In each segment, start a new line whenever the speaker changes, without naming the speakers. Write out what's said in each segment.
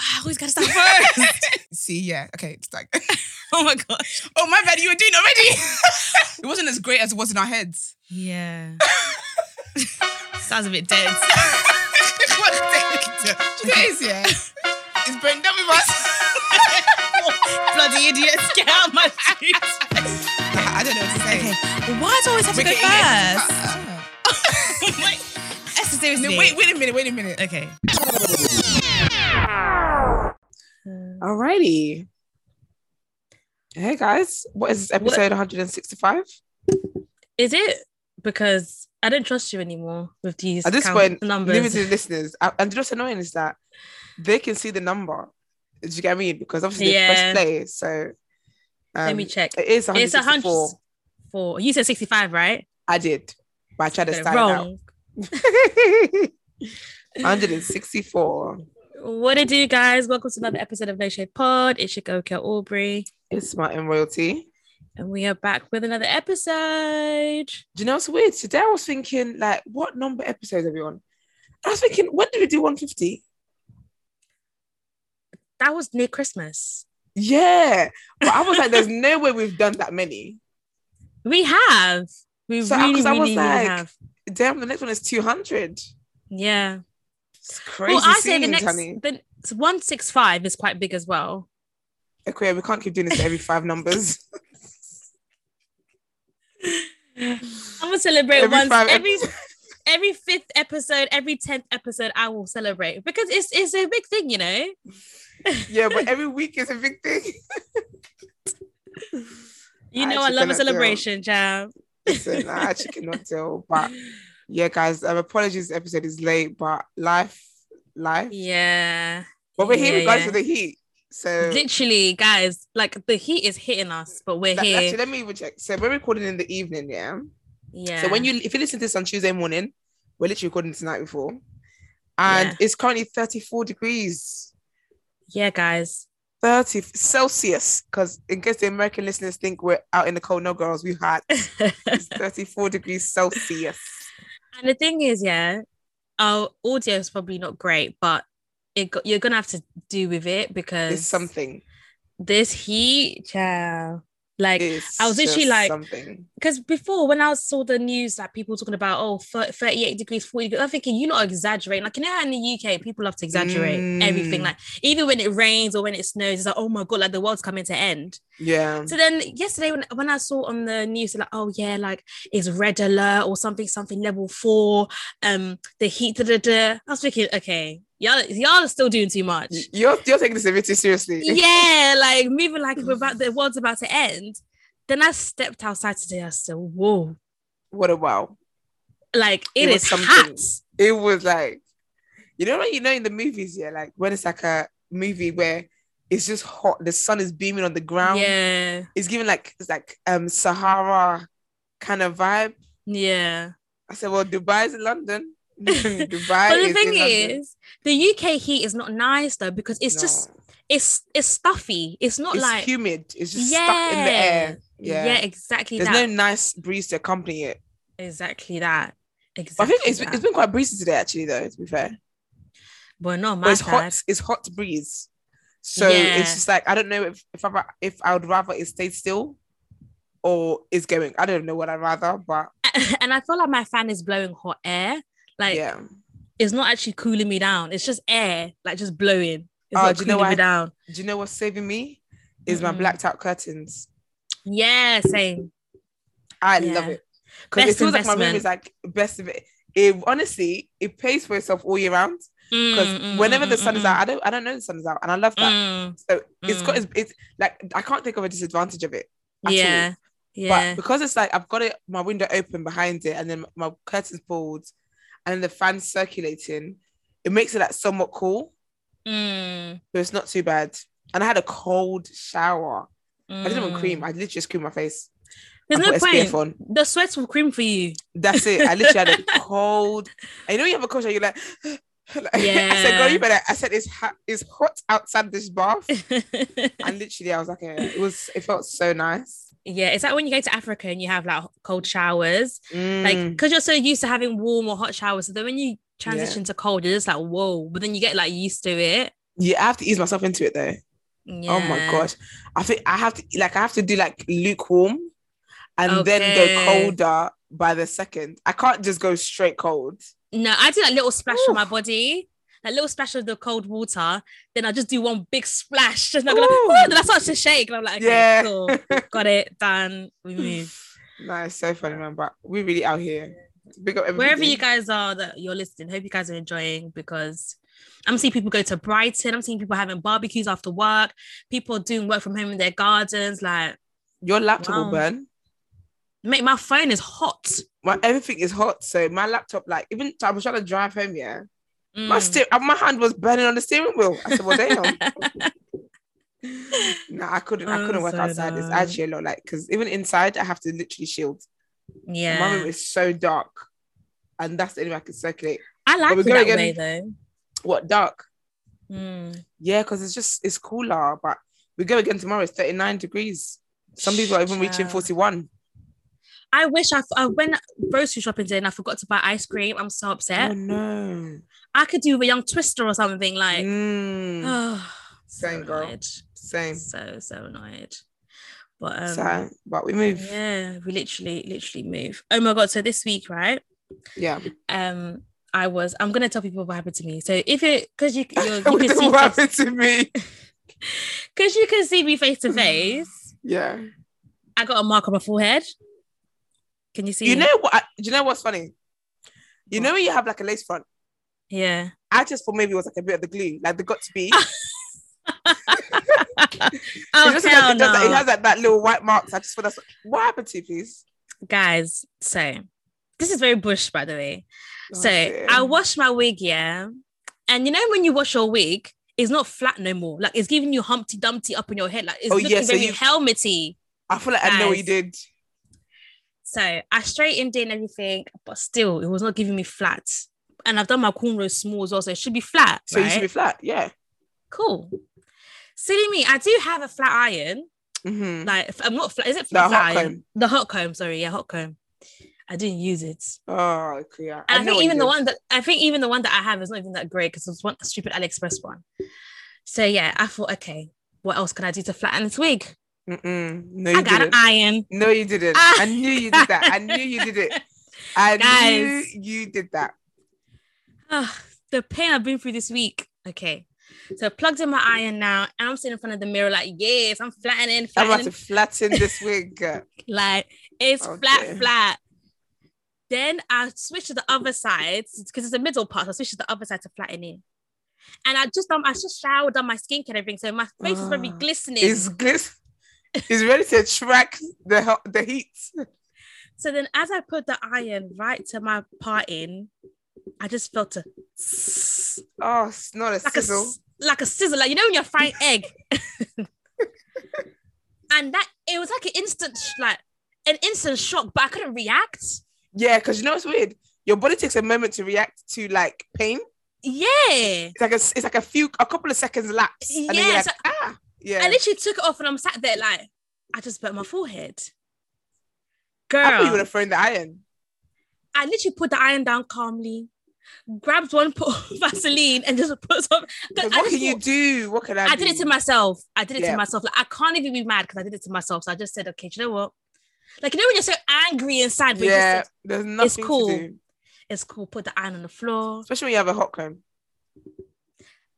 Ah, who's got to start first?
See, yeah. Okay, it's like
oh my gosh.
Oh my bad, you were doing already. it wasn't as great as it was in our heads.
Yeah. Sounds a bit dead.
What the- Do you know what it is, yeah? It's burned up with us.
Bloody idiots, get out of my seat.
I I don't know what to say.
Okay, well, why do I always have to
We're
go
getting it.
first?
Uh,
Wait, Esther, seriously.
no, wait, wait a minute, wait a minute.
Okay.
Alrighty. Hey guys, what is this episode 165?
Is it because I don't trust you anymore with these
At this
count-
point,
numbers?
limited listeners. Uh, And what's annoying is that they can see the number. Do you get what I mean? Because obviously they
Yeah.
press play. So um,
Let me check.
It is
It's
164.
104. You said 65, right?
I did, but I tried to
Got it
style it out.
wrong.
164.
What it do, guys? Welcome to another episode of No Shade Pod. It's your girl, Kel Aubrey,
It's my in royalty.
and we are back with another episode.
Do you know what's weird? Today I was thinking, like, what number episodes are we on? I was thinking, when did we do 150?
That was near Christmas.
Yeah. But I was like, there's no way we've done that many.
We have. We
So,
really,
'cause I
really,
was
really
like-
have.
Damn, the next one is 200.
Yeah.
It's crazy.
well, I say the
scenes,
next
honey.
the so 165 is quite big as well.
Okay, we can't keep doing this to every five numbers.
I'm gonna celebrate
Every
once
five
every every fifth episode, every tenth episode, I will celebrate because it's it's a big thing, you know.
yeah, but every week is a big thing.
You
I
know, I love a
actually cannot do it.
celebration, child.
Listen, I actually cannot tell. But yeah, guys, um, apologies, the episode is late, but life, life.
Yeah,
But we're here
yeah,
regardless
yeah.
of the heat. So
literally, guys. Like the heat is hitting us, but we're
that-
here.
actually, let me even check. So we're recording in the evening, yeah.
yeah.
So when you if you listen to this on Tuesday morning, we're literally recording tonight before. And
Yeah.
it's currently 34 degrees.
yeah, guys.
30 f- Celsius, because in case the American listeners think we're out in the cold, no girls, we had
and
34 degrees Celsius.
the thing is, yeah, our audio is probably not great, but it go- you're gonna have to do with it because
It's something.
this heat, child. Like
It's
I was literally
just
like-
something.
because before when I saw the news that people talking about oh thir- 38 degrees 40 degrees I'm thinking you not exaggerating like you know how in the UK people love to exaggerate everything
Mm.
like even when it rains or when it snows it's like oh my god like the world's coming to end
Yeah.
so then yesterday when, when I saw on the news like oh yeah like it's red alert or something something level four um the heat da, da, da. I was thinking okay y'all y'all are still doing too much
Y- You're, you're taking this a bit too seriously.
yeah, like moving like we're about the world's about to end. Then I stepped outside today. I said, "Whoa!"
What a wow.
Like
It
it
was
is
something.
hot.
It was like, you know, like, you know, in the movies, yeah, like when it's like a movie where it's just hot, the sun is beaming on the ground.
Yeah,
It's giving like, it's like um Sahara kind of vibe.
yeah.
I said, well, Dubai's in London. Dubai
but the
is
thing
in London.
is, the UK heat is not nice though because it's just
No.
it's it's stuffy. It's not
it's
like
humid. It's just stuck in the air.
yeah,
Yeah.
exactly
There's
that.
no nice breeze to accompany it.
exactly that.
But I
Exactly.
think it's,
that.
it's been quite breezy today, actually, though, to be fair.
well, not
But
my
it's
side.
hot. It's hot breeze. So
Yeah.
it's just like, I don't know if, if, I, if I would rather it stayed still or it's going. I don't know what I'd rather, but
and I feel like my fan is blowing hot air. Like
yeah.
it's not actually cooling me down. It's just air, like just blowing. It's
Oh,
not
do you
cooling
know
me
why-
down.
Do you know what's saving me? is my
Mhm.
blacked out curtains.
Yeah, same.
I
Yeah.
love it because it
Best
feels like my room
investment.
is like best of it. It honestly it pays for itself all year round because
Mm,
whenever the sun is out, I don't I don't know the sun is out, and I love that. So it's got it's, it's like I can't think of a disadvantage of it. at all.
yeah, yeah.
But because it's like I've got it, my window open behind it, and then my curtains pulled, and then the fan's circulating, it makes it like somewhat cool,
Mm,
so it's not too bad. And I had a cold shower. I didn't even
mm.
cream. I literally just creamed my face.
There's
I
no
put
point.
SPF on.
The sweats will cream for you.
That's it. I literally had a cold. And you know, when you have a cold shower. You're like, like- I said,
Yeah.
girl, you better. I said, it's hot. It's hot outside this bath. and literally, I was like, eh, it was. It felt so nice.
yeah, it's like when you go to Africa and you have like cold showers, like
Mm.
because you're so used to having warm or hot showers. So then when you transition to cold, you're just like, whoa. But then you get like used to it.
yeah, I have to ease myself into it though. Oh my
Yeah.
gosh. I think I have to like I have to do like lukewarm and
Okay.
then go colder by the second. I can't just go straight cold.
No, I do like little splash
Ooh.
on my body, like little splash of the cold water. Then I just do one big splash, and I'm like,
Ooh.
oh, then I start to shake. And I'm like, okay,
Yeah.
cool, got it, done. We
Hmm.
move.
No, it's so funny, man. But we're really out here. Big up everybody.
Wherever you guys are that you're listening, hope you guys are enjoying because I'm seeing people go to Brighton. I'm seeing people having barbecues after work. People doing work from home in their gardens. Like,
your laptop
Wow.
will burn.
mate, my phone is hot.
My everything is hot. So my laptop, like even I was trying to drive home, yeah. My
Mm.
steer my hand was burning on the steering wheel. I said, Well, damn. no, I couldn't I
I'm
couldn't work
Oh, so
outside. It's
done.
actually a lot like because even inside I have to literally shield. My room
yeah,
is so dark, and that's the only way I can circulate.
I like
we're
it
gonna
that
get-
way though.
What dark?
Mm.
Yeah, because it's just it's cooler. But we go again tomorrow. It's thirty nine degrees. Some people are even reaching
Child.
forty one.
I wish I, f- I went grocery shopping today and I forgot to buy ice cream. I'm so upset.
Oh no!
I could do with a young twister or something like.
Mm,
Oh,
Same,
so
girl.
Annoyed.
same.
So so annoyed. But um,
so, but we move. Yeah.
yeah, we literally literally move. Oh my god! So this week, right? Um, I was. I'm gonna tell people what happened to me. So if it because you you're, you
what
can see
happened to me?
because you can see me face to face.
Yeah.
I got a mark on my forehead. Can you see?
You
it?
know what? I, do you know what's funny? You
What?
know when you have like a lace front.
Yeah.
I just thought maybe it was like a bit of the glue, like the got to be.
Oh
it, just
hell
has, it, does that- it
no.
has like that little white marks. I just thought that's what happened to you, please.
guys so this is very bush by the way
Oh,
so
Gosh,
i
yeah.
wash my wig yeah and you know when you wash your wig it's not flat no more like it's giving you humpty dumpty up in your head like it's
Oh, yeah,
looking
so
very
you-
helmety
I feel like I know what you did.
so i straightened in everything but still it was not giving me flat and i've done my cornrows small as well so it should be flat
So you should be
right?
flat. Yeah.
cool silly me i do have a flat iron
Mm-hmm.
like if- i'm not flat is it
The
flat
hot
iron?
comb.
the hot comb sorry yeah hot comb i didn't use it
Oh, okay. yeah.
And I,
know
think
what you
even the
did.
one that I think even the one that I have is not even that great because it's one stupid AliExpress one. So yeah, I thought, okay, what else can I do to flatten this wig?
Mm-mm. No,
I
you
got an
didn't.
iron.
No, you didn't.
Ah,
I knew you did that. I knew you did it. I knew
Guys.
you did that.
Ugh, the pain I've been through this week. Okay. So I plugged in my iron now, and I'm sitting in front of the mirror like, yes, I'm flattening,
I'm about
flattening,
to flatten this wig.
like it's
Oh,
flat,
dear.
flat. Then I switch to the other side because it's the middle part. So I switch to the other side to flatten it. And I just um, I just showered on my skincare and everything, so my face is very
Ah,
glistening.
It's glis- It's ready to attract the ho- the heat.
So then, as I put the iron right to my parting, I just felt a s-
Oh, it's not a
like a
sizzle.
s- like a sizzle, like you know when you're frying egg. and that it was like an instant, sh- like an instant shock, but I couldn't react.
yeah, because you know it's weird. Your body takes a moment to react to like pain.
Yeah,
It's like a, s- it's like a few a couple of seconds lapse. And then you're
Yeah,
like,
so-
ah, yeah.
I literally took it off, and I'm sat there like I just burnt my forehead. Girl,
I thought you would have thrown the iron.
I literally put the iron down calmly, grabbed one put Vaseline, and just put some. 'cause
Because
I
what
just
can you
thought-
do? What can I?
I did it to myself. I did it
Yeah.
to myself. Like I can't even be mad because I did it to myself. So I just said, okay, do you know what? Like you know when you're so angry inside, but you
Yeah,
just said,
there's nothing
cool.
to do,
it's cool. Put the iron on the floor.
especially when you have a hot comb.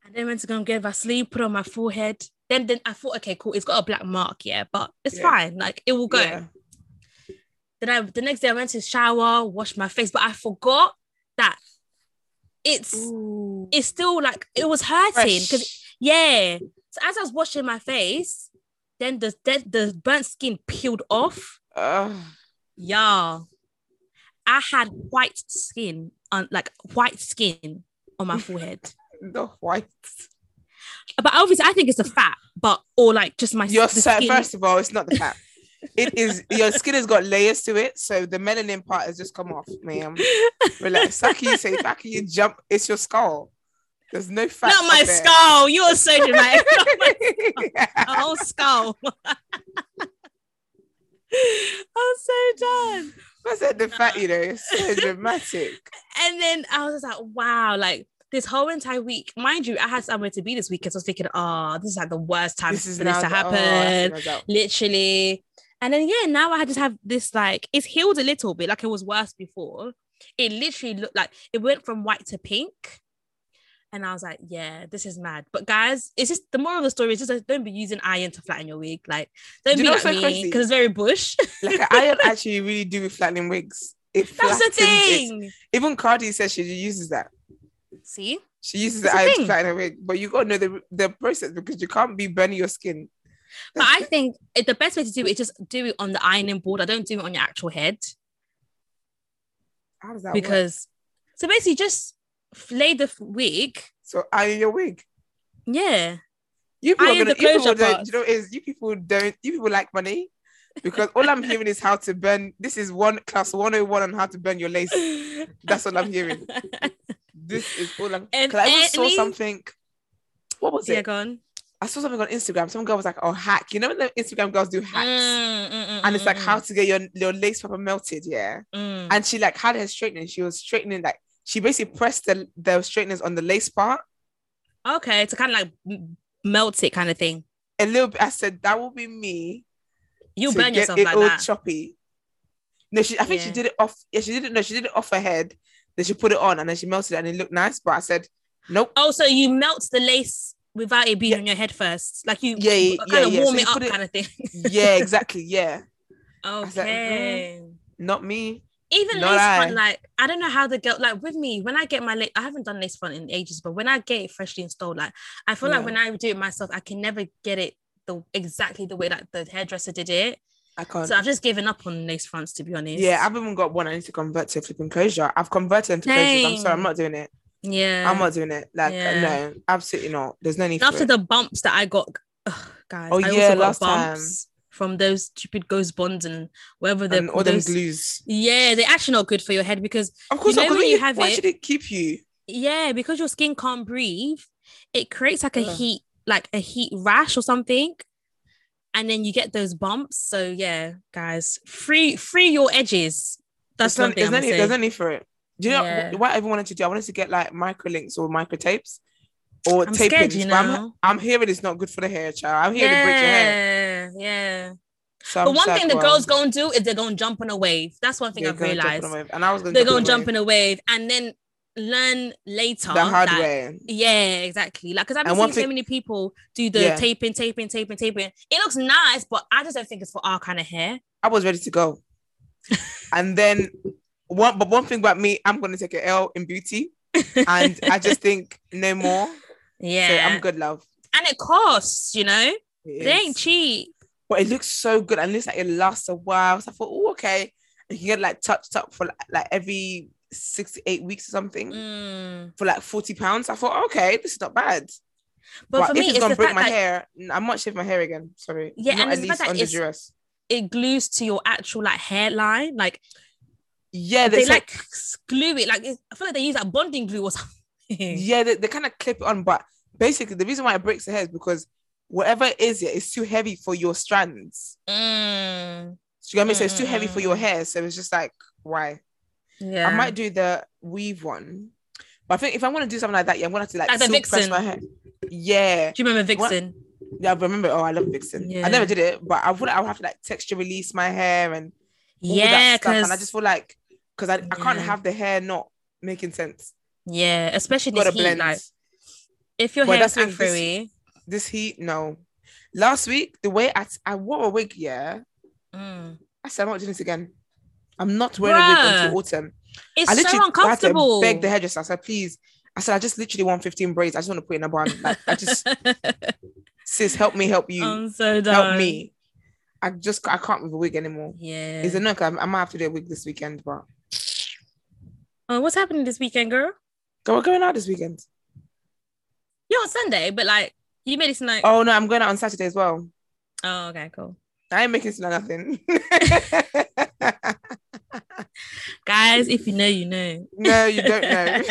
I then went to go and get Vaseline, put it on my forehead. Then then I thought, okay, cool, it's got a black mark, yeah, but it's
Yeah.
fine. Like it will go.
Yeah.
Then I the next day I went to shower, washed my face, but I forgot that it's it's still like it was hurting because yeah. So as I was washing my face, then the the, the burnt skin peeled off.
Ugh.
Yeah. I had white skin on like white skin on my forehead.
the white.
But obviously I think it's a fat, but or like just my
Your
the
sa-
skin-
first of all, it's not the fat. It is your skin has got layers to it, so the melanin part has just come off, ma'am. Relax. How can you say? How can you jump? It's your skull. There's no fat.
Not my
up there.
skull. You're a surgeon, right? Not my my whole skull. I'm so done.
I said the fat. You know, it's so dramatic.
And then I was just like, wow, like this whole entire week, mind you, I had somewhere to be this week because I was thinking, oh, this is like the worst time
This is
for this
now
to
the- oh, I see
happen.
my doubt.
literally. And then yeah, now I just have this like it's healed a little bit, like it was worse before. It literally looked like it went from white to pink. And I was like, yeah, this is mad. But guys, it's just the moral of the story is just like, don't be using iron to flatten your wig. Like, don't
Do you
be
know
like
what's so
me
crazy?
because it's very bush.
Like an iron actually really do with flattening wigs. It
That's the
flattens it.
thing.
Even Cardi says she uses that.
See,
She uses
It's
the
a
iron to
thing.
flatten her wig, but you gotta know the the process because you can't be burning your skin.
but I think it, the best way to do it is just do it on the ironing board. I don't do it on your actual head.
How does that work?
because so basically just f- lay the f- wig
So iron your wig.
yeah
You people are
Iron
gonna.
the
You people
closure
don't,
parts.
you know what it is you people don't. You people like money. Because all I'm hearing is how to burn. This is one class 101 on how to burn your lace. That's all I'm hearing. This is all I'm.
And
Because I even saw
any-
something. What was
yeah
it?
go on
I saw something on Instagram. Some girl was like, "Oh, hack." You know when the Instagram girls do hacks,
Mm.
and it's like how to get your your lace proper melted. Yeah.
and
Mm-hmm. and she like had her straightening. She was straightening like she basically pressed the the straighteners on the lace part
okay to kind of like m- melt it kind of thing
a little bit. I said that will be me.
you
to
burn
get
yourself
it
like
all
that
choppy. No, she. I think she
Yeah.
did it off. Yeah, she did it. No, she did it off her head. Then she put it on and then she melted it and it looked nice. But I said nope.
oh so you melt the lace without it being
Yeah.
on your head first like you
Yeah, yeah,
kind
yeah,
of
yeah.
warm
So
it
you
up
put it-
kind of thing
yeah, exactly. Yeah, was like,
okay
not me.
even
Not
lace front,
I.
like I don't know how the girl like with me when I get my lace, I haven't done lace front in ages, but when I get it freshly installed, like I feel
Yeah.
like when I do it myself, I can never get it the exactly the way like the hairdresser did it.
I can't.
So I've just given up on lace fronts to be honest.
yeah, I've even got one. I need to convert to flipping closure. I've converted into closures. I'm sorry, I'm
Dang.
not doing it.
yeah.
I'm not doing it. Like
Yeah.
no, absolutely not. There's no need
And
for
after
it.
the bumps that I got, ugh, guys,
Oh,
I
yeah,
also got
last
bumps from those stupid ghost bonds and whatever they're
and all them
those-
glues.
Yeah, they're actually not good for your head because
Of course,
know
not, 'cause
when
when
you
you-
have
why
it-
should it keep you?
Yeah, because your skin can't breathe, it creates like a
Ugh.
heat, like a heat rash or something. And then you get those bumps. So yeah, guys, free free your edges. That's
There's no-
one thing
There's no
I'm
need-
saying.
there's no need for it. Do you know
Yeah.
what I ever wanted to do? I wanted to get like microlinks or microtapes or
I'm
tapings.
scared, you
but I'm-
know.
I'm, hearing it's not good for the hair, child. I'm hearing it breaks your hair.
Yeah, yeah.
So
But
I'm
one
just
thing the
like, well,
girls gonna do is they're gonna jump on a wave. That's one thing
they're
I've
gonna jump on a
realized.
wave. And I was going to
They're gonna jump on a wave and then learn later
the hard
that-
way.
Yeah, exactly. Like, because I've
And
been
one
seeing
thing-
so many people do the
Yeah.
taping, taping, taping, taping. It looks nice, but I just don't think it's for our kind of hair.
I was ready to go. and then one, but one thing about me, I'm going to take an L in beauty. And I just think no more.
yeah,
So I'm good, love.
and it costs, you know,
It
they ain't
is.
cheap.
but it looks so good and it looks like it lasts a while. So I thought, oh, okay. You can get like touched up for like, like every six to eight weeks or something
Mm.
for like 40 pounds. I thought, okay, this is not bad.
But for
if
me,
it's
it's
gonna
the
break
fact
my
that
hair, n- I might shave my hair again. Sorry.
Yeah,
Not
and
at
it's the
least
fact that
under
it's-
duress.
it glues to your actual like hairline. Like
Yeah,
they
they, like
like s- glue it. Like it, I feel like they use like bonding glue or something.
yeah, they, they kind of clip it on, but basically the reason why it breaks the hair is because whatever it is, yeah, it's too heavy for your strands.
Mm.
So you know what I mean? So it's too heavy for your
Mm.
hair. So it's just like, why?
Yeah.
I might do the weave one. But I think if I want to do something like that, yeah, I'm gonna have to like,
Like the
silk press
Vixen.
my hair. Yeah.
do you remember
What-
Vixen?
Yeah, I remember. Oh, I love Vixen. I
Yeah.
never did it, but I would I would have to like texture release my hair and all
Yeah,
that stuff. And I
because
just feel like because I, I can't
Yeah.
have the hair not making sense.
yeah, especially
Got to
this heat.
blend
Like if your
Well,
hair is
that's the thing, this-
afro-y,
this heat. No, Last week, the way I I wore a wig, yeah,
Mm.
I said I'm not doing this again. I'm not wearing a wig
Bruh.
until autumn.
It's
I
so
literally
uncomfortable.
I had to beg the hairdresser. I said, please. I said, I just literally want 15 braids. I just want to put it in a bun. Like, I just, sis, help me, help you,
I'm so done.
help me. I just, I can't with a wig anymore.
Yeah.
It's annoying. 'cause I, I might have to do a wig this weekend, but
Uh, what's happening this weekend, girl?
Go- we're going out this weekend.
You're on Sunday, but like you made it seem like oh,
Oh no, I'm going out on Saturday as well.
okay, cool.
I ain't making it sound like nothing.
Guys, if you know, you know.
no, you don't know.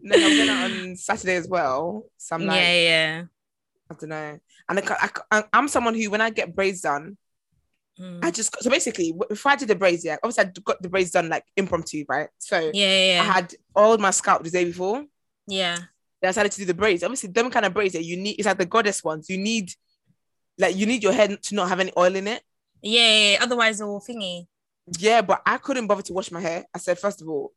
no, I'm going out on Saturday as well. So I'm like,
yeah, yeah.
I don't know. And I, ca- I, ca- I- I'm someone who, when I get braids done,
Mm.
I just so basically w- before I did the braids, yeah, obviously I got the braids done like impromptu, right? So
yeah, yeah, yeah.
I had oiled my scalp the day before. Then
yeah.
I decided to do the braids. Obviously, them kind of braids that you need, it's like the goddess ones. You need, like, you need your head to not have any oil in it.
Yeah, yeah, yeah. Otherwise, all thingy.
Yeah, but I couldn't bother to wash my hair. I said first of all,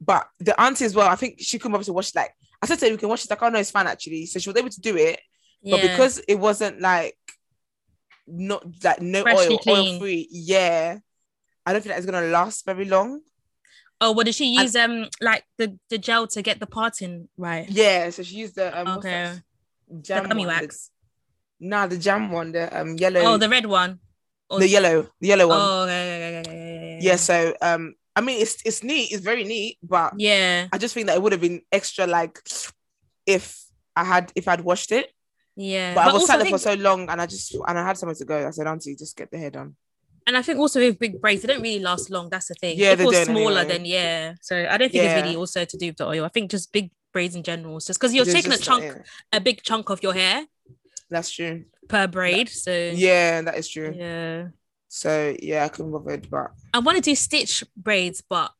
but the auntie as well. I think she couldn't bother to wash. Like I said to her, "We can wash." She's like, "Oh no, it's fine actually." So she was able to do it,
Yeah.
but because it wasn't like not like no
Freshly
oil,
clean.
oil free. Yeah, I don't think that's gonna last very long.
oh, what did she use? um, like the the gel to get the parting right.
Yeah, so she used the um, what's
Okay.
that? jam
gummy
one,
wax?
The, nah, the jam one, the um yellow,
Oh,
the,
the oh, red one. or-
yellow, the yellow one.
Oh, okay, okay, okay, okay, okay, okay.
yeah, so um, I mean, it's it's neat, it's very neat, but
Yeah,
I just think that it would have been extra like if I had if I'd washed it.
yeah.
But, I was
also,
sat
I
there for
think,
so long and I just and I had somewhere to go. I said, Auntie, just get the hair done.
and I think also with big braids, they don't really last long. That's the thing.
Yeah,
if
they
it was
don't
smaller,
anyway.
then yeah. So I don't think
Yeah.
it's really also to do with the oil. I think just big braids in general. It's just because you're
There's
taking a
just that-
chunk,
yeah,
a big chunk of your hair
That's true.
per braid. So
Yeah, that is true.
yeah.
So yeah, I couldn't bother it, but
I want to do stitch braids, but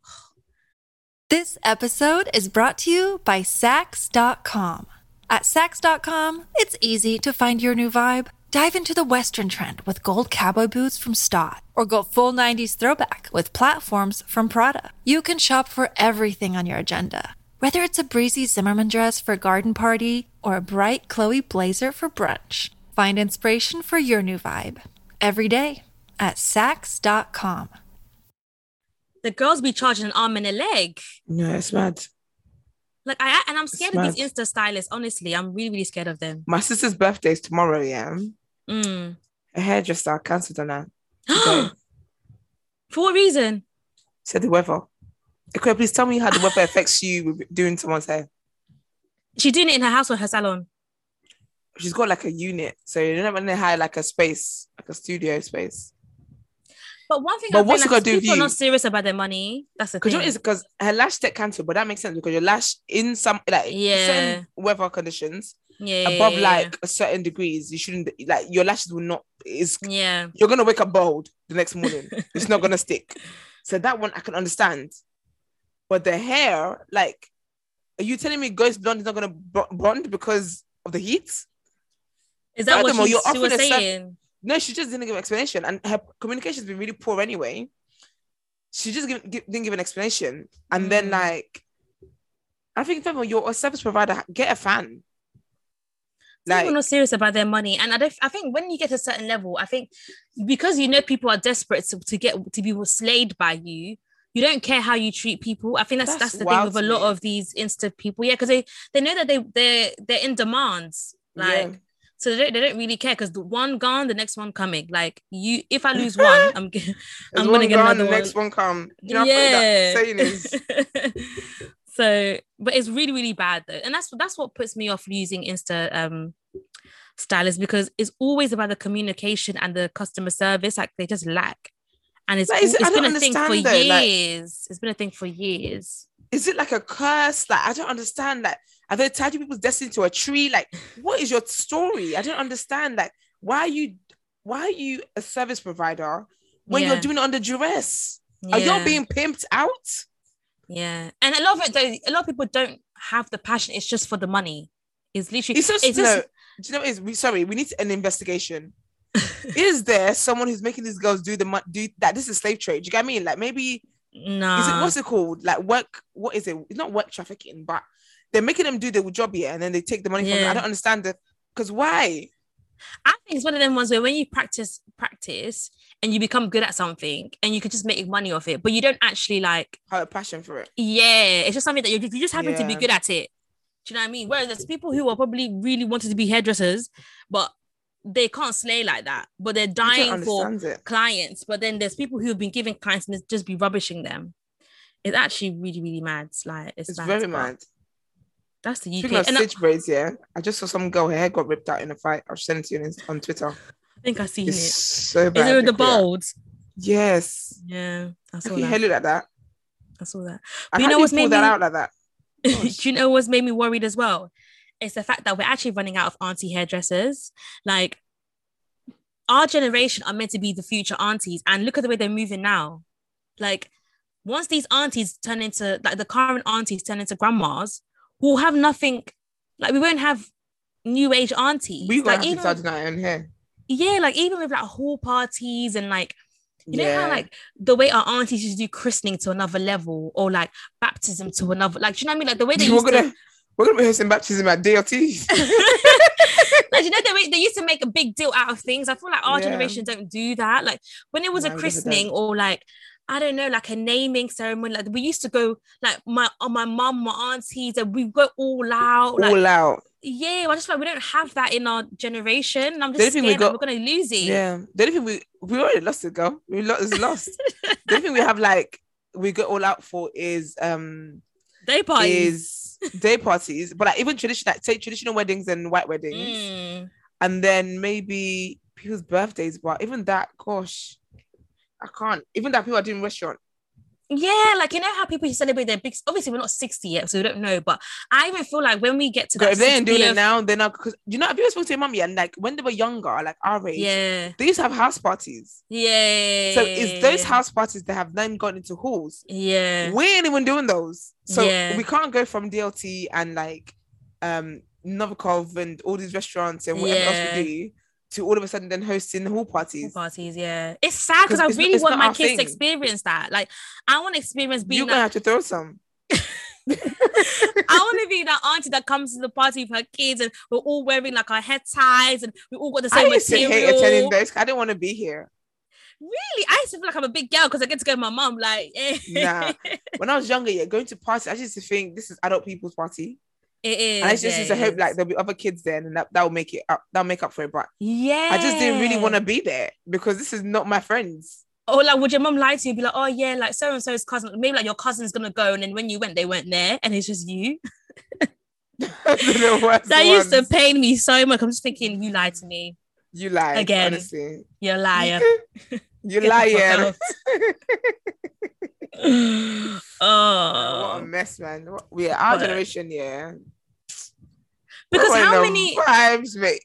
This episode is brought to you by Sax.com. At Sax.com, it's easy to find your new vibe. Dive into the Western trend with gold cowboy boots from Stott, or go full 90s throwback with platforms from Prada. You can shop for everything on your agenda, whether it's a breezy Zimmerman dress for a garden party or a bright Chloe blazer for brunch. Find inspiration for your new vibe every day at Sax.com.
the girls be charging an arm and a leg.
no, it's mad.
Like I and I'm scared of these
mad.
Insta stylists. Honestly, I'm really really scared of them.
My sister's birthday is tomorrow, yeah.
Mm.
A hairdresser cancelled on her.
For what reason?
Said the weather. Okay, please tell me how the weather affects you with doing someone's hair.
She doing it in her house or her salon?
She's got like a unit, so you don't even have like a space, like a studio space.
But one thing,
But
I feel
what's
like
it gotta do with
people are
you?
not serious about their money. That's the
Because
thing.
you know, it's because her lash tech cancelled, but that makes sense because your lash in some like
Yeah.
certain weather conditions
yeah, yeah,
above
yeah,
like a certain degrees, you shouldn't like your lashes will not is
yeah,
you're gonna wake up bald the next morning. it's not gonna stick. So that one I can understand. But the hair, like, are you telling me Ghost Blonde is not gonna bro- blonde because of the heat?
is that what
Furthermore,
she,
you're
she was
offering a serv-
saying?
No, she just didn't give an explanation, and her communication's been really poor anyway. She just give, gi- didn't give an explanation, and then
Mm.
like, I think furthermore, you're a service provider. Get a fan. Like,
people are not serious about their money, and I don't. I think when you get to a certain level, I think because you know people are desperate to, to get to be slayed by you. You don't care how you treat people. I think that's
That's
that's, the thing
wild
with a
to
lot
me.
of these instant people. Yeah, because they they know that they they they're in demands. Like
yeah.
so they don't, they don't really care because the one gone, the next one coming. Like you, if I lose one, I'm g-
There's
I'm
one
gonna get
gone,
another
the
one.
next one come. Do you know yeah. that saying is?
so, but it's really, really bad though, and that's that's what puts me off using Insta um stylists because it's always about the communication and the customer service. Like they just lack, and it's
Like, is it-
it's
I don't
been a thing for
understand though, like-
years. it's been a thing for years.
Is it like a curse? Like I don't understand. Like are they tied people's destiny to a tree? Like what is your story? I don't understand. Like why are you why are you a service provider when
Yeah.
you're doing it under duress? Are
Yeah.
you being pimped out?
Yeah, and a lot of it though, a lot of people don't have the passion. It's just for the money. It's literally
It's just,
it's
no. Do you know what it is? We sorry, we need an investigation. is there someone who's making these girls do the mon- do that? This is slave trade. Do you get what I mean? Like maybe
no.
is it what's it called? Like work, what is it? It's not work trafficking, but they're making them do their job here and then they take the money from them.
Yeah.
I don't understand the Because why?
I think it's one of them ones where when you practice, practice, and you become good at something, and you could just make money off it, but you don't actually like.
Have a passion for it.
Yeah, it's just something that you, you just happen to be
Yeah.
good at it. Do you know what I mean? Whereas there's people who are probably really wanted to be hairdressers, but they can't slay like that. But they're
I
dying
don't
for
understand it.
clients, but then there's people who have been giving clients and it's just be rubbishing them. It's actually really, really mad. It's like it's,
It's
mad,
very
but
mad.
That's the UK.
Speaking of
And I,
stitch braids, yeah, I just saw some girl her hair got ripped out in a fight. I'll send it to you on, on Twitter.
I think I seen it.
It's
Is
so bad.
it with the
Look at it.
bold?
Yes.
Yeah, I saw
Look at your
that.
hair look like that.
I saw that.
I
But you
you
know
know
what's
what's pull
made
that
me-
out like that. Gosh.
Do you know what's made me worried as well? It's the fact that we're actually running out of auntie hairdressers. Like our generation are meant to be the future aunties, and look at the way they're moving now. Like once these aunties turn into like the current aunties turn into grandmas, we'll have nothing. Like we won't have new age aunties.
We
like
got to start doing our own hair.
yeah, like even with like hall parties and like you know
yeah.
how like the way our aunties used to do christening to another level or like baptism to another like do you know what I mean? Like the way they
we're
used to
gonna we're gonna be hosting baptism at DLT.
like you know they, they used to make a big deal out of things i feel like our
Yeah.
generation don't do that like when it was
No,
a
we never
christening or like i don't know like a naming ceremony like we used to go like my uh, my mum my aunties and we go all out Oh, like
all out.
yeah i just feel like we don't have that in our generation and i'm
The
just
only
scared
thing we
that
got-
we're gonna lose it
Yeah. The only thing we we already lost it, girl. We lo- it's lost. the only thing we have like we go all out for is um
they parties
is day parties, but like even traditional like say traditional weddings and white weddings,
Mm.
and then maybe people's birthdays, but even that, gosh, I can't. Even that people are doing restaurant.
yeah like you know how people celebrate their big obviously we're not 60 yet so we don't know but i even feel like when we get to
Girl,
that
if they ain't doing
60th
it now, they're not because you know, have you spoken to your mum yet? And, Like when they were younger, like our age,
yeah
they used to have house parties.
yeah
So it's those house parties that have then gone into halls.
yeah
we ain't even doing those. So
Yeah.
we can't go from DLT and like um Novikov and all these restaurants and whatever else
Yeah.
we do to all of a sudden then hosting hall parties.
parties yeah it's sad because
'Cause
i
it's-
really
it's
want
not
my
our
kids to
thing.
experience that like i want to experience being
You're gonna
that,
have to throw some.
i want to be that auntie that comes to the party with her kids and we're all wearing like our head ties and we all got the
I
same
used to hate
material
attending those. I didn't want to be here.
really i used to feel like i'm a big girl because i get to go with my mom like eh.
Nah. when I was younger, yeah, going to parties, I used to think this is adult people's party.
it is
And I just
yeah,
used to
it
hope
is.
like there'll be other kids there and that, that'll make it up, that'll make up for it. But
yeah
I just didn't really want to be there because this is not my friends.
or like would your mom lie to you be like oh yeah like so and so's cousin maybe like your cousin's gonna go and then when you went they weren't there and it's just you
The worst
that used to
ones.
pain me so much i'm just thinking you lied to me
you lie
Again.
honestly.
you're a liar
you
Get the fuck
liar.
out. oh,
what a mess, man. What- Yeah, our
But-
generation, yeah.
because
We're
how
in the
many?
vibes, mate?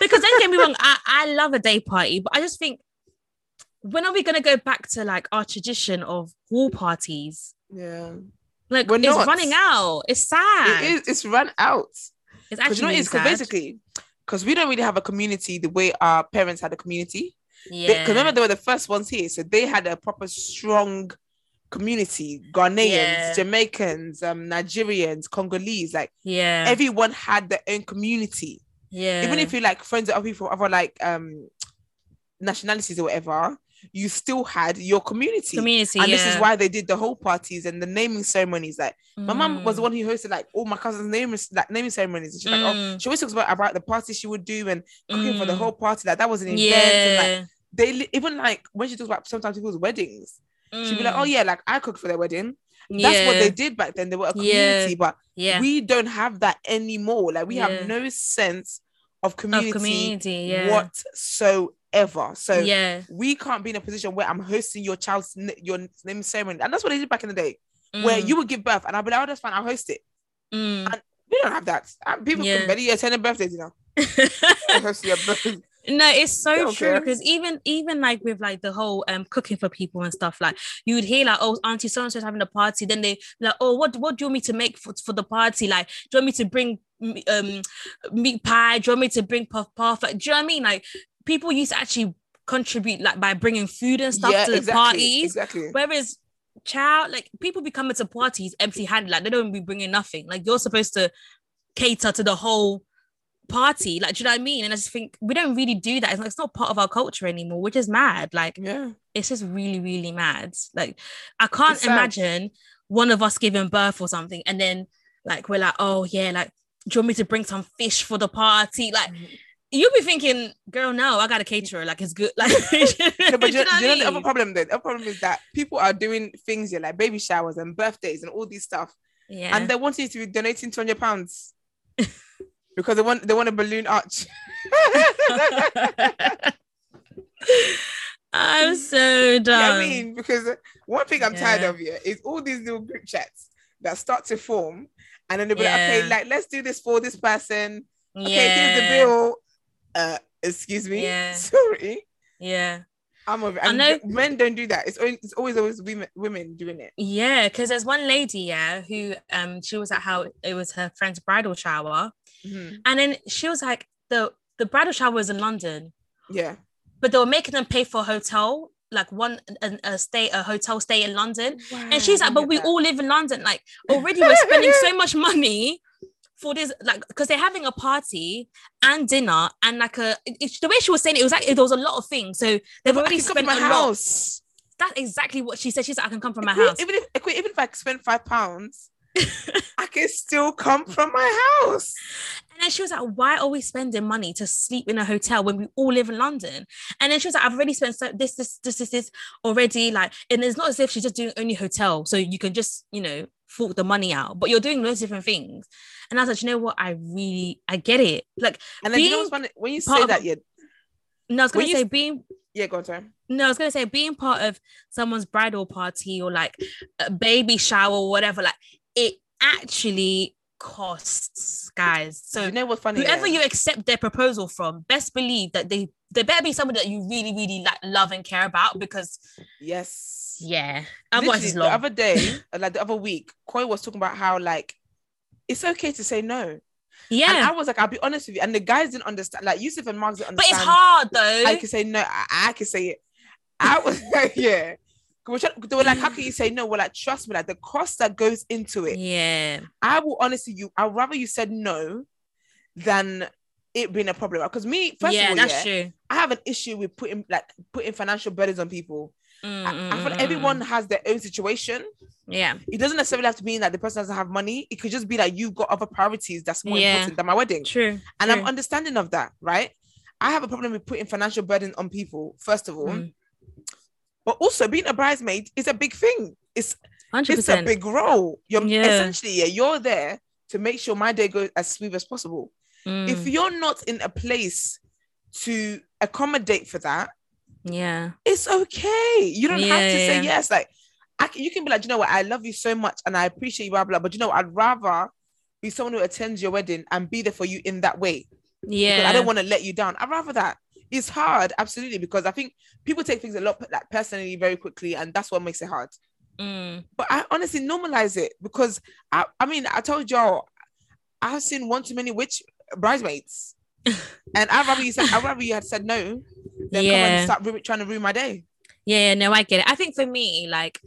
Because don't get me wrong, I, I love a day party, but I just think when are we gonna go back to like our tradition of hall parties?
Yeah,
Like
We're
it's
not.
running out. It's sad.
it is. It's run out.
It's
'Cause
actually
you know,
really
it's 'cause
sad.
basically because we don't really have a community the way our parents had a community. They- 'cause
yeah.
remember, they were the first ones here, so they had a proper strong community. Ghanaians,
Yeah.
Jamaicans, um, Nigerians, Congolese, like
yeah.
everyone had their own community.
yeah.
even if you like friends with other people from other like um nationalities or whatever, you still had your community.
community,
And
yeah.
this is why they did the whole parties and the naming ceremonies. Like my mum was the
Mm.
one who hosted like all my cousins' naming like naming ceremonies. And she's like, oh,
Mm.
she always talks about, about the party she would do and cooking for the
Mm.
whole party. Like that was an event. And, like
Yeah.
they li- even like when she talks about sometimes people's weddings, she'd be like,
Mm.
oh yeah, like I cooked for their wedding. That's what
Yeah.
they did back then. They were a
Yeah.
community, but
Yeah.
we don't have that anymore. Like we
Yeah.
have no sense of community,
of community. Yeah.
whatsoever. So
yeah.
we can't be in a position where I'm hosting your child's n- your name ceremony, and that's what they did back in the day, where
Mm.
you would give birth, and I'll be like, "Oh, that's fine, I'll host it."
Mm.
We don't have that. Uh, People
Yeah.
can barely attend a birthdays, you know. They host your birth-
No, it's so
They don't
true
care.
because even even like with like the whole um cooking for people and stuff like you would hear like oh auntie so and so's having a party then they like oh what what do you want me to make for, for the party like do you want me to bring mm, um meat pie do you want me to bring puff puff like, do you know what I mean like people used to actually contribute like by bringing food and stuff
yeah,
to the
exactly,
parties
Exactly.
whereas child like people be coming to parties empty handed like they don't be bringing nothing like you're supposed to cater to the whole party. Like, do you know what I mean? And I just think we don't really do that. It's like it's not part of our culture anymore, which is mad. Like,
Yeah.
it's just really, really mad. Like, I can't
It's sad.
imagine one of us giving birth or something, and then like we're like, oh yeah, like, do you want me to bring some fish for the party? Like,
Mm-hmm.
you'll be thinking, girl, no, I got a caterer. Like, it's good. Like,
No, but
do
you,
you
do you know
what I
the other
mean?
problem though? The other problem is that people are doing things yeah, like baby showers and birthdays and all these stuff,
yeah.
and they want you to be donating two hundred pounds because they want they want a balloon arch.
I'm so
You know what
done.
I mean, because one thing I'm tired
yeah.
of here is all these little group chats that start to form, and then they'll be like,
Yeah.
okay, like let's do this for this person. Okay,
yeah.
here's the bill. Uh, excuse me,
Yeah.
sorry,
Yeah.
I'm over. it.
I
And
know-
men don't do that. It's always, it's always always women women doing it.
Yeah, because there's one lady, yeah, who um she was at how it was her friend's bridal shower,
Mhm.
and then she was like the the bridal shower was in London,
Yeah,
but they were making them pay for a hotel, like one an, a stay a hotel stay in London, and she's like, but we all live in London, like already we're spending so much money for this, like because they're having a party and dinner and like a it- it- the way she was saying it, it was like there was a lot of things, so they've
I
already
can come to
spent
my
a lot.
house.
That's exactly what she said. She's like, I can come from my
Equi-
house.
Even if equi- even if I spend five pounds, I can still come from my house.
And then she was like, "Why are we spending money to sleep in a hotel when we all live in London?" And then she was like, "I've already spent so this, this, this, this, this already. Like, and it's not as if she's just doing only hotel, so you can just, you know, fork the money out. But you're doing loads of different things." And I was like, "You know what? I really, I get it. Like,
And then you know
Being
what's funny? When you
part
say
of-
that, yeah,
no, I was gonna
When you-
say being
yeah, go on, sorry.
no, I was gonna say being part of someone's bridal party or like a baby shower or whatever. Like, it actually costs, guys. So
you know what's funny?
whoever
yeah?
you accept their proposal from, best believe that they they better be someone that you really, really like, love and care about because
yes.
yeah, otherwise
Literally,
it's
the
long.
other day, uh, like the other week, Koi was talking about how like it's okay to say no. And
yeah,
I was like, I'll be honest with you. And the guys didn't understand, like Yusuf and Mark didn't
but it's
understand.
hard though.
I can say no. I, I can say it. I was like, yeah. 'Cause we're trying- They were like, how can you say no? Well, like, trust me, like the cost that goes into it.
yeah,
I will honestly, you, I'd rather you said no than it being a problem. Because me, first
yeah,
of all, yeah,
that's true.
I have an issue with putting like putting financial burdens on people.
Mm,
I-
mm,
I, feel
mm,
like
mm,
everyone has their own situation.
mm. Yeah,
It doesn't necessarily have to mean that the person doesn't have money. It could just be that you've got other priorities that's more
Yeah.
important than my wedding.
true.
And I'm
true.
understanding of that, right? I have a problem with putting financial burden on people, first of all.
Mm.
But also being a bridesmaid is a big thing. It's
hundred
it's a
percent.
big role. You're
Yeah.
essentially yeah, you're there to make sure my day goes as smooth as possible. If
Mm,
you're not in a place to accommodate for that,
Yeah,
it's okay. You don't have to
Yeah, yeah.
say yes. Like I can, you can be like, "Do you know what, I love you so much and I appreciate you, blah blah. But you know, what? I'd rather be someone who attends your wedding and be there for you in that way. Because
yeah.
I don't want to let you down. I'd rather that. It's hard, absolutely, because I think people take things a lot like personally very quickly, and that's what makes it hard
Mm,
but I honestly normalize it because I, I mean, I told y'all, I've seen one too many witch bridesmaids, and I'd rather you said, I'd rather you had said no than come
Yeah.
and start ru- trying to ruin my day.
Yeah, no, I get it. I think for me, like,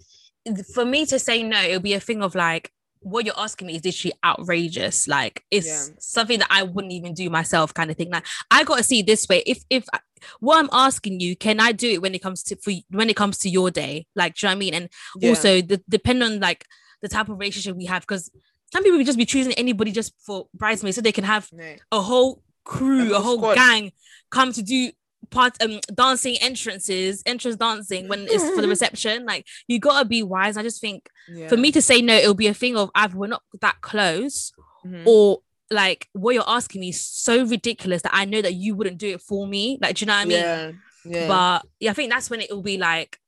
th- for me to say no, it'll be a thing of like, what you're asking me is literally outrageous. Like, it's
Yeah.
something that I wouldn't even do myself, kind of thing. Like, I got to see it this way. If if I- what I'm asking you, can I do it when it comes to for y- when it comes to your day? Like, do you know what I mean? And
Yeah.
also, the, depend on like the type of relationship we have, because some people would just be choosing anybody just for bridesmaids so they can have
Yeah.
a whole crew,
A
a
whole
whole
squad.
gang come to do part um dancing entrances, entrance dancing when it's for the reception. Like you gotta be wise. I just think for me to say no, it'll be a thing of either we're not that close
Mhm.
or like what you're asking me is so ridiculous that I know that you wouldn't do it for me. Like, do you know what I mean?
yeah, yeah.
But yeah, I think that's when it will be like,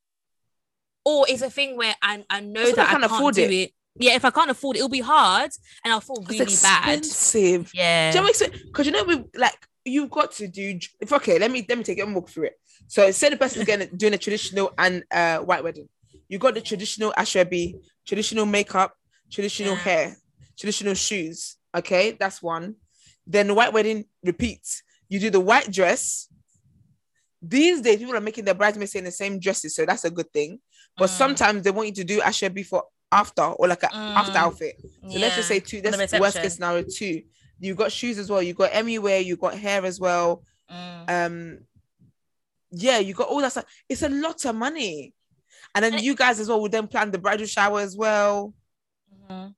or it's a thing where I, I know
That's when
that
I
I
can't
can't,
afford
do
it.
it. Yeah, if I can't afford it, it'll be hard and I'll feel
it's
really bad.
expensive.
Yeah.
Do you know Because you know, we like you've got to do. If okay, let me let me take it and walk through it. So say the person's getting doing a traditional and uh white wedding. You got the traditional ashrabi, traditional makeup, traditional
Yeah.
hair, traditional shoes. Okay, that's one. Then the white wedding repeats. You do the white dress. These days, people are making their bridesmaids stay in the same dresses, so that's a good thing. But
Mm.
sometimes they want you to do ashrabi for after or like an after
Mm.
outfit. So let's just
Yeah.
say two.
the
That's worst
reception.
case scenario two. you got shoes as well. You got Emmy wear. You got hair as well.
Mm.
Um, yeah, you got all that stuff. It's a lot of money, and then you guys as well would then plan the bridal shower as well.
Mhm.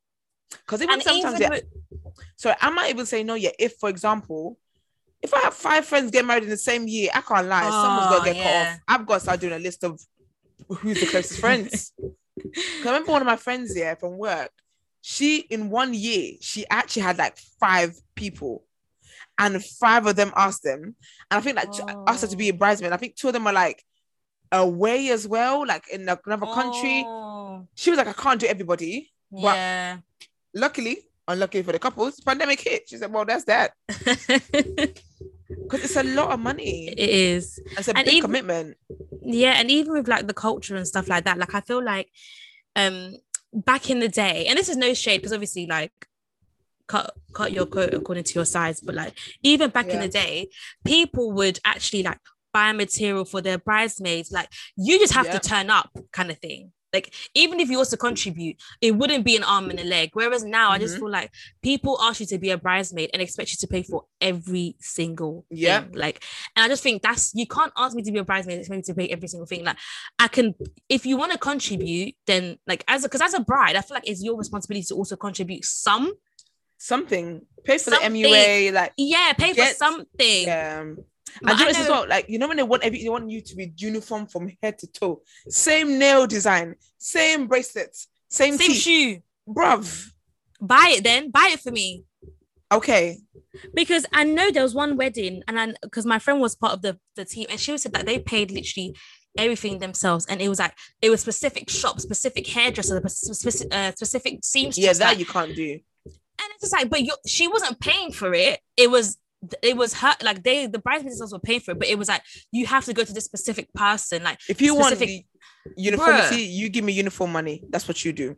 Because even
And
sometimes,
even
yeah,
with-
so I might even say no. Yeah, if for example, if I have five friends get married in the same year, I can't lie. Someone's
Oh,
got to get
yeah.
cut off. I've got to start doing a list of who's the closest friends. 'Cause I remember one of my friends here from work. She in one year she actually had like five people, and five of them asked them, and I think like t- asked her to
Oh.
be a bridesmaid. I think two of them are like away as well, like in like, another country.
Oh,
She was like, I can't do everybody. But-
yeah.
Luckily, unluckily for the couples, pandemic hit. She said, Well, that's that.
it
because it's a lot of money.
is.
It's a
And
big
even-
commitment.
yeah and even with like the culture and stuff like that like i feel like um back in the day and this is no shade because obviously like cut cut your coat according to your size but like even back in
Yeah.
the day people would actually like buy material for their bridesmaids like you just have
Yeah.
to turn up kind of thing like even if you also contribute it wouldn't be an arm and a leg whereas now i just
Mhm.
feel like people ask you to be a bridesmaid and expect you to pay for every single
Yeah.
thing. Like, and I just think that's you can't ask me to be a bridesmaid, expect me to pay every single thing. Like, I can if you want to contribute, then like as a because as a bride, I feel like it's your responsibility to also contribute some.
Something pay for
Something.
the MUA, like
Yeah, pay
Get-
for something.
yeah. um,
But
and do you know
I
this as
know-
well, like you know when they want every, they want you to be uniform from head to toe, same nail design, same bracelets, same,
Same
teeth,
shoe.
bruv.
Buy it then. Buy it for me.
Okay,
because I know there was one wedding, and I because my friend was part of the the team, and she said that they paid literally everything themselves, and it was like it was specific shop, specific hairdresser, specific uh, specific seamstress.
yeah, that
like-
you can't do.
and it's just like, but you she wasn't paying for it. It was it was her like they the bridesmaids themselves were paying for it, but it was like you have to go to this specific person, like
If you want the
Specific-
uniformity, you give me uniform money. That's what you do.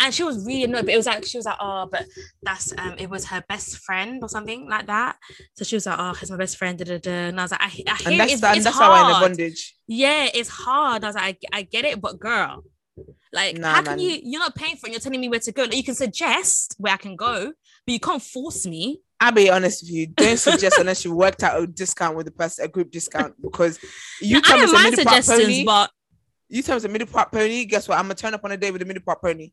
and she was really annoyed, but it was like she was like, oh, but that's um, it was her best friend or something like that. So she was like, oh, it's my best friend, da, da, da. and I was like, I, I hear
And that's
it's,
and
it's
that's
hard.
how I in a bondage.
yeah, it's hard. I was like, I, I get it, but girl, like,
Nah,
how can
man.
you? You're not paying for it. You're telling me where to go. Like, you can suggest where I can go, but you can't force me.
I'll be honest with you. Don't suggest unless you worked out a discount with the person, a group discount, because you
Now, I
come
don't
as a
mind
middle part
suggestions,
pony.
but
You tell me it's a middle part pony. Guess what? I'm gonna turn up on a day with a middle part pony.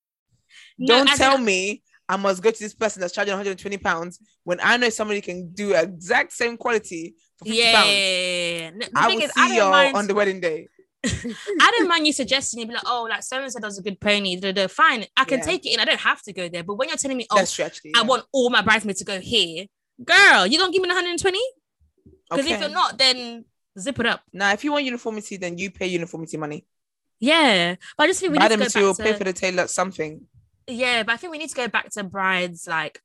no,
Don't
as in,
tell me I must go to this person that's charging 120 pounds when I know somebody can do exact same quality for 50 pounds.
Yeah, No, the
I
thing
will
is, I
see
don't
y'all
mind.
on the wedding day.
I don't mind you suggesting. You be like, oh, like so and so does a good pony. Da, da, da. Fine, I can
Yeah.
take it, and I don't have to go there. But when you're telling me, oh,
That's true, actually.
I want all my bridesmaids to go here, girl, you don't give me the 120 because if you're not, then zip it up.
now, if you want uniformity, then you pay uniformity money.
Yeah, but I just think we
Buy
need to
the
go
material,
back to
pay for the tailor, something.
yeah, but I think we need to go back to brides like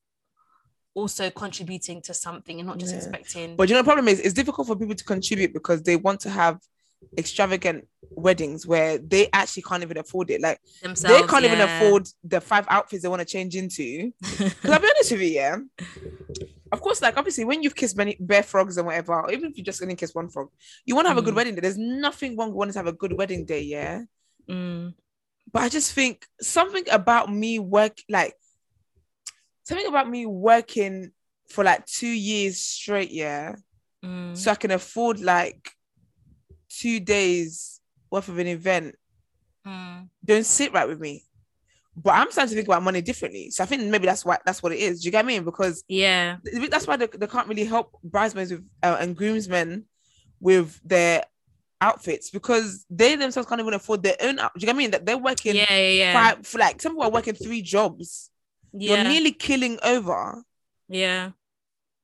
also contributing to something and not just
Yeah.
expecting.
But you know, the problem is it's difficult for people to contribute because they want to have extravagant weddings where they actually can't even afford it. Like
themselves,
they can't even
yeah.
afford the five outfits they want to change into. Because I'll be honest with you, yeah. Of course, like obviously, when you've kissed many bare frogs and whatever, or even if you just only kiss one frog, you want to have a good
Mm.
wedding day. There's nothing wrong with wanting to have a good wedding day, yeah.
Mm.
But I just think something about me work like something about me working for like two years straight, yeah,
Mm.
so I can afford like two days worth of an event
Mm.
don't sit right with me. But I'm starting to think about money differently. So I think maybe that's why that's what it is. Do you get me? Because
Yeah.
th- that's why they, they can't really help bridesmaids with, uh, and groomsmen with their outfits because they themselves can't even afford their own. Out- Do you get me? That they're
Yeah,
working
yeah, yeah.
five, for like some people are working three jobs.
Yeah.
You're nearly killing over
yeah.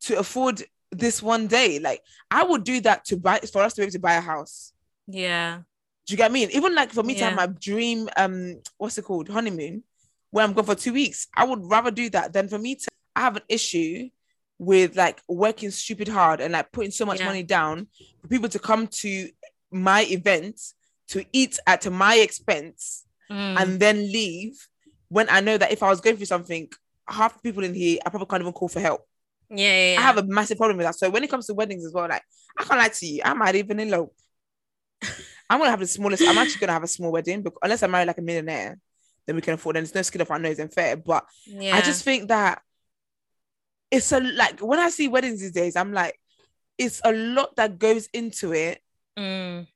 to afford this one day. Like I would do that to buy for us to be able to buy a house.
Yeah.
Do you get me? Even like for me to have
Yeah.
my dream, um, what's it called, honeymoon, where I'm gone for two weeks, I would rather do that than for me to I have an issue with like working stupid hard and like putting so much
Yeah.
money down for people to come to my event to eat at my expense
Mm.
and then leave when I know that if I was going through something, half the people in here I probably can't even call for help.
yeah, yeah, yeah.
I have a massive problem with that. So when it comes to weddings as well, like I can't lie to you, I might even elope. I'm gonna have the smallest. I'm actually gonna have a small wedding because unless I marry like a millionaire, then we can afford. And it's no skin off our nose and fair. But
yeah.
I just think that it's a like when I see weddings these days, I'm like, it's a lot that goes into it
Mm.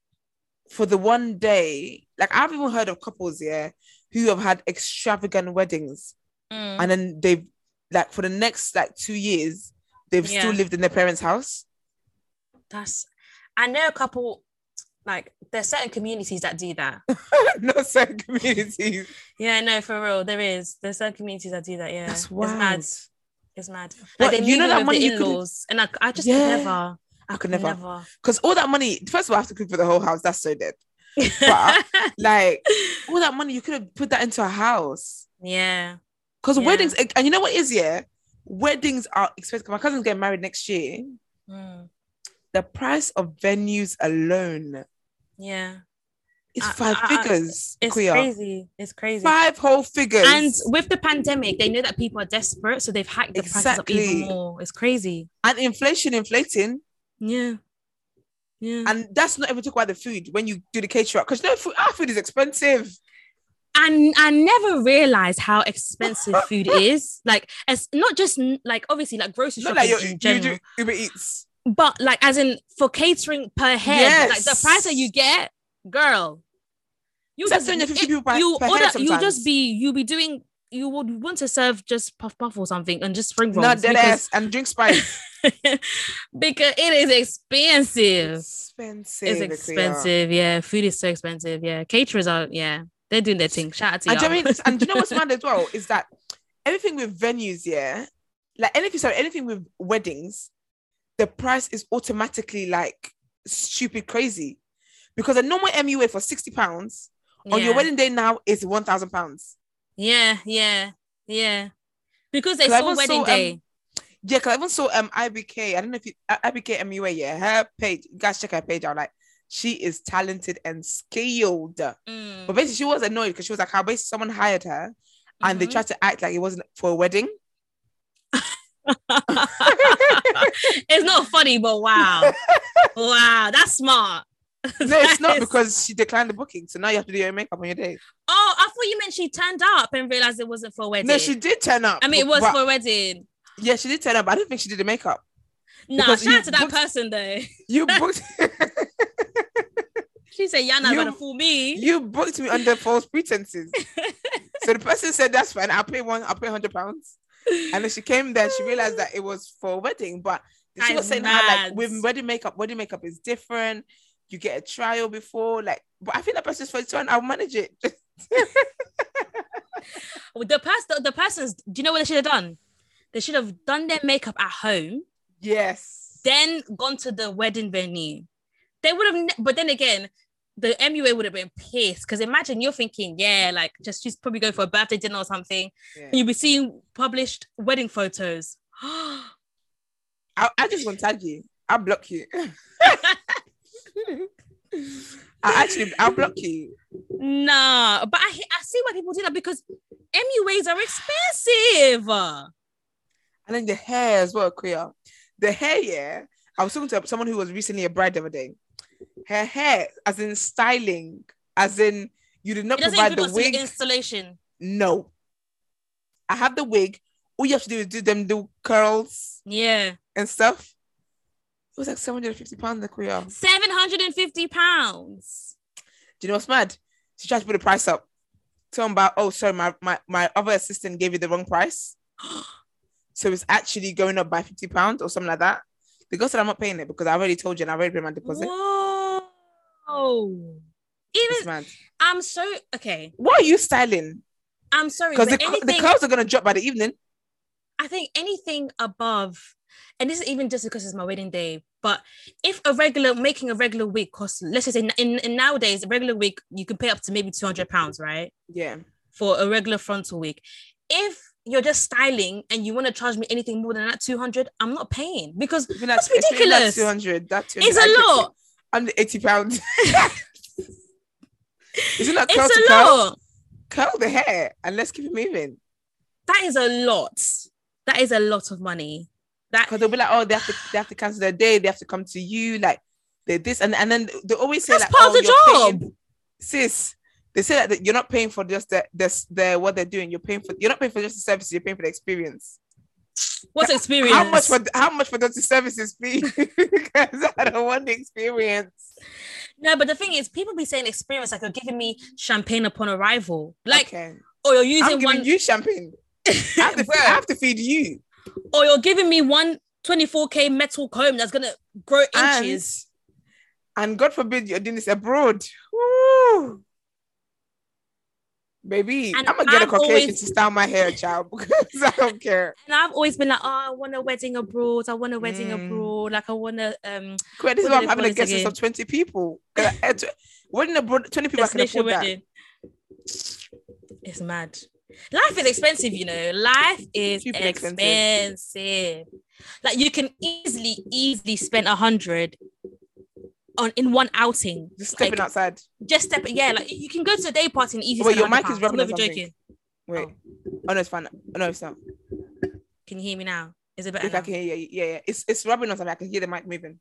for the one day. Like I've even heard of couples yeah who have had extravagant weddings
Mm.
and then they've like for the next like two years they've still
Yeah.
lived in their parents' house.
That's. I know a couple. Like there's certain communities that do that.
not certain communities.
Yeah, no, for real, there is. There's certain communities that do that. Yeah,
That's
It's mad.
wild.
It's mad.
But
Like they you know that money
you
in
couldn't-
laws, and I, I just
Yeah.
could never. I could
could never.
never.
Because all that money, first of all, I have to cook for the whole house. That's so dead. But- Like all that money, you could have put that into a house.
yeah.
Because
Yeah.
weddings, eh, and you know what is yeah, weddings are expensive. My cousin's getting married next year.
Mm.
The price of venues alone
Yeah.
is
I-
five
I- I-
figures.
It's
Kuya.
crazy. It's crazy.
Five whole figures.
and with the pandemic, they know that people are desperate, so they've hacked the prices up
Exactly.
even more. It's crazy.
and inflation inflating.
Yeah. Yeah. And,
And that's not even talk about the food when you do the catering. Because no food, our food is expensive.
I never realized how expensive food is. Like, as not just like obviously like grocery
Not
shopping
like you're,
in
you
general,
do Uber Eats.
but like as in for catering per head, like the
Yes.
price that you get, girl. You
That's 250 people per-
you
per head
you
sometimes.
just be you be doing you would want to serve just puff puff or something and just spring rolls
Not dead
because-
ass and drink spice.
because it is expensive.
expensive.
It's
Ikea.
expensive. Yeah, food is so expensive. Yeah, caterers are. Yeah, they're doing their thing. Shout out to
And do, you know
y'all.
what I mean? and do you know what's mad as well is that everything with venues, yeah, like anything, sorry, anything with weddings, the price is automatically like stupid crazy because a normal MUA for sixty pounds on your
Yeah.
wedding day now is one thousand pounds.
Yeah, yeah, yeah. Because they
Because I
saw
even
wedding
saw,
day.
um, Yeah, because I even saw um IBK. I don't know if you uh, IBK MUA. Yeah, her page. You guys check her page out. Like she is talented and skilled.
Mm,
But basically, she was annoyed because she was like, how basically someone hired her and they
mhm.
tried to act like it wasn't for a wedding.
it's not funny, but wow, wow, that's smart.
No, it's not
Yes.
because she declined the booking. So now you have to do your own makeup on your day.
Oh, I thought you meant she turned up and realized it wasn't for a wedding.
No, she did turn up.
I mean, it was
but-
for a wedding.
Yeah, she did turn up. But I don't think she did the makeup.
Nah,
because
shout
you
out to that
booked-
person though.
You booked
She said, "Y'all not
You-
gonna fool me."
you booked me under false pretenses. so the person said, That's fine. I'll pay one, I'll pay hundred pounds. And then she came there, she realized that it was for a wedding. But she
That
was
is
saying how like
mad.
with wedding makeup, wedding makeup is different. You get a trial before, like, but I think that person's first one, I'll manage it.
the person the, the person's do you know what they should have done they should have done their makeup at home
yes.
then gone to the wedding venue they would have ne- but then again the MUA would have been pissed because imagine you're thinking, yeah, like just she's probably going for a birthday dinner or something.
Yeah.
And you'll be seeing published wedding photos.
I, I just want to tag you. I'll block you. I actually, I'll block you.
nah, but I, I see why people do that because MUAs are expensive.
And then the hair as well, Kuya. The hair, yeah. I was talking to someone who was recently a bride the other day. Her hair, as in styling, as in you did not
It doesn't
provide
include
the
also your
wig.
installation.
no. I have the wig. All you have to do is do them do curls
Yeah.
and stuff. It was like 750 pounds, the Kuya.
£750.
Do you know what's mad? She tried to put the price up. Tell him about, oh, sorry, my, my, my other assistant gave you the wrong price. so it's actually going up by 50 pounds or something like that. The girl said, I'm not paying it because I already told you and I already paid my deposit.
Whoa.
It's
Even
mad.
I'm so okay.
What are you styling?
I'm sorry,
Because
but
the, cu- the
anything
curls are going to drop by the evening.
I think anything above, and this is even just because it's my wedding day. But if a regular making a regular wig costs, let's just say in, in, in nowadays a regular wig you can pay up to maybe two hundred pounds, right,
Yeah.
for a regular frontal wig. If you're just styling and you want to charge me anything more than that 200, I'm not paying because
Even
that's
even
ridiculous.
Two hundred. That's
It's a lot.
Under eighty pounds. Isn't that curl to
It's a
curl?
lot.
Curl the hair and let's keep it moving.
That is a lot. That is a lot of money. That
Because they'll be like, oh, they have to they have to cancel their day. They have to come to you. Like they're this and and then they always say
That's
like,
part
oh,
of the
you're
job.
paying- sis. They say that you're not paying for just the, the, the what they're doing. You're paying for you're not paying for just the service. You're paying for the experience.
what's experience?
How much for how much for those services fee? because I don't want the experience.
no, but the thing is, people be saying experience like you're giving me champagne upon arrival, like
okay.
or you're
I'm
using
giving
one,
you champagne. I have, to, I have to feed you.
or you're giving me one 24k metal comb that's gonna grow inches.
And, and God forbid you're doing this abroad. Woo. Baby,
And
I'm gonna get a
I've
Caucasian
always-
to style my hair, child, because I don't care.
And I've always been like, oh, I want a wedding abroad. I want a wedding
Mm.
abroad. Like I want to. Um,
Quit, this is
What
why
do
I'm
they
having
call
a
it
guest list
again?
of 20 people. 'Cause I- I- tw- Wedding abroad, 20 people I can
destination
afford that.
wedding. It's mad. Life is expensive, you know. Life is
Super
expensive.
expensive.
Like you can easily, easily spend a hundred on in one outing.
Just stepping
Like,
outside.
Just step. Yeah, like you can go to a day party and easily.
Wait,
spend
your
£100.
mic is
I'm
rubbing
not
on
even
something.
joking.
Wait. Oh no, it's fine. Oh no, it's not.
Can you hear me now? Is it better?
If I
now?
can hear you, yeah, yeah. It's it's rubbing on something. I can hear the mic moving.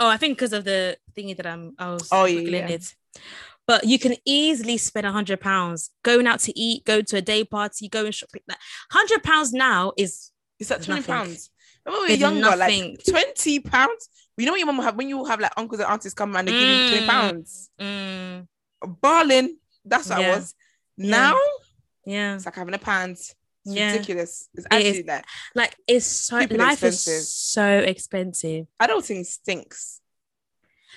Oh, I think because of the thingy that I'm, I was
Oh,
oh,
yeah, yeah.
it. But you can easily spend a hundred pounds going out to eat, go to a day party, going shopping. Like hundred pounds now is
Is that
There's
20
nothing.
pounds? Remember when we
There's
were younger,
nothing.
like 20 pounds? You know when your mum will have when you have like uncles and aunties come and they give you 20
Mm.
pounds.
mm,
Balling. That's what I
Yeah.
was.
Yeah.
Now
yeah,
it's like having a pants. It's
Yeah.
ridiculous. It's
It is.
actually like
like it's so
Keeping it
life
expensive.
is so expensive.
adulting stinks.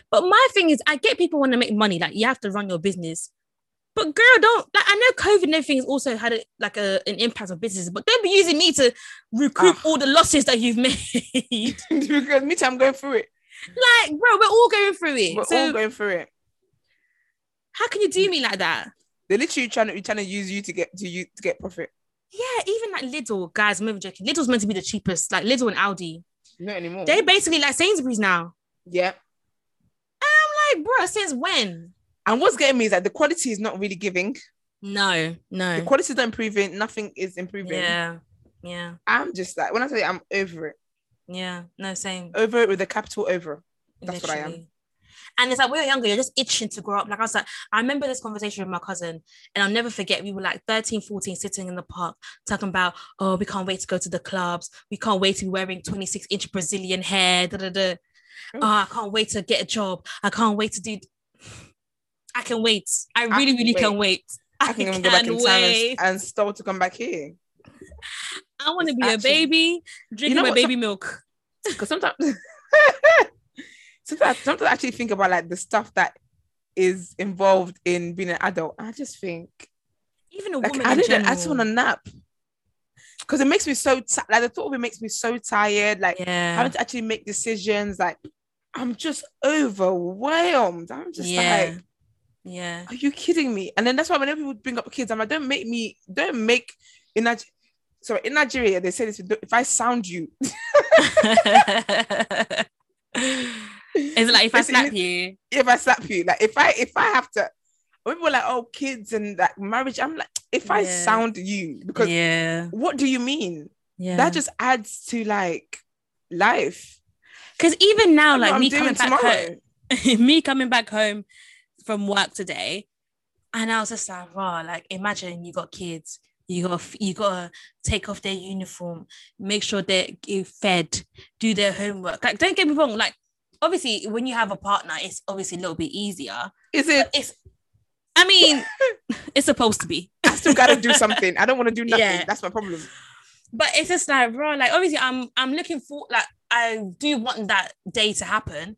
But my thing is, I get people want to make money. Like you have to run your business. But girl, don't like I know COVID and everything's also had a, like a, an impact on business, but don't be using me to recoup
Ah.
all the losses that you've made.
because me too, I'm going through it.
like, bro, we're all going through it.
We're
so
all going through it.
how can you do me like that?
They're literally trying to trying to use you to get to you to get profit.
Yeah, even like Lidl, guys, I'm not even joking. Lidl's meant to be the cheapest, like Lidl and Aldi.
Not anymore.
They basically like Sainsbury's now.
yeah.
I'm like, bro, since when?
And what's getting me is that the quality is not really giving.
No,
The
no.
quality is not improving. Nothing is improving.
Yeah, yeah,
I'm just like when I say I'm over it,
yeah. No, same.
over it with a capital over. That's what I am.
Literally. And it's like when you're younger, you're just itching to grow up. Like I was like, I remember this conversation with my cousin, and I'll never forget. We were like 13, 14, sitting in the park talking about, oh, we can't wait to go to the clubs. We can't wait to be wearing 26 inch Brazilian hair. Da, da, da. Oh, I can't wait to get a job. I can't wait to do. I can wait. I really,
can
really can wait. I,
I can
can
even go back in time
wait.
and, and stole to come back here.
I want to be
Action.
a baby drinking
know
my
what?
baby milk.
Because sometimes, sometimes, sometimes I actually think about like the stuff that is involved in being an adult. I just think
Even a
like
woman.
I
in
didn't. I just
general.
want to nap because it makes me so ti- like the thought of it makes me so tired. Like
Yeah.
having to actually make decisions. Like I'm just overwhelmed. I'm just
yeah.
like,
yeah.
are you kidding me? And then that's why whenever people bring up kids, I'm like, don't make me, don't make in Nigeria. Sorry, in Nigeria they say this. If I sound you,
Is it like if I
It's- it
slap
is-
you?
if I slap you, like if I if I have to, when people are like, oh, kids and like marriage, I'm like, if I
Yeah.
sound you, because
yeah,
what do you mean?
yeah.
That just adds to like life.
because even now,
What
Oh, like
I'm
me coming
doing
back
tomorrow.
home, me coming back home from work today, and I was just like, wow, like imagine you got kids, you got you gotta take off their uniform, make sure they're g- fed, do their homework. Like, don't get me wrong, like obviously when you have a partner, it's obviously a little bit easier.
Is it?
It's, I mean, it's supposed to be.
I still gotta do something. I don't want to do nothing.
Yeah.
That's my problem.
but it's just like bro like obviously i'm i'm looking for like i do want that day to happen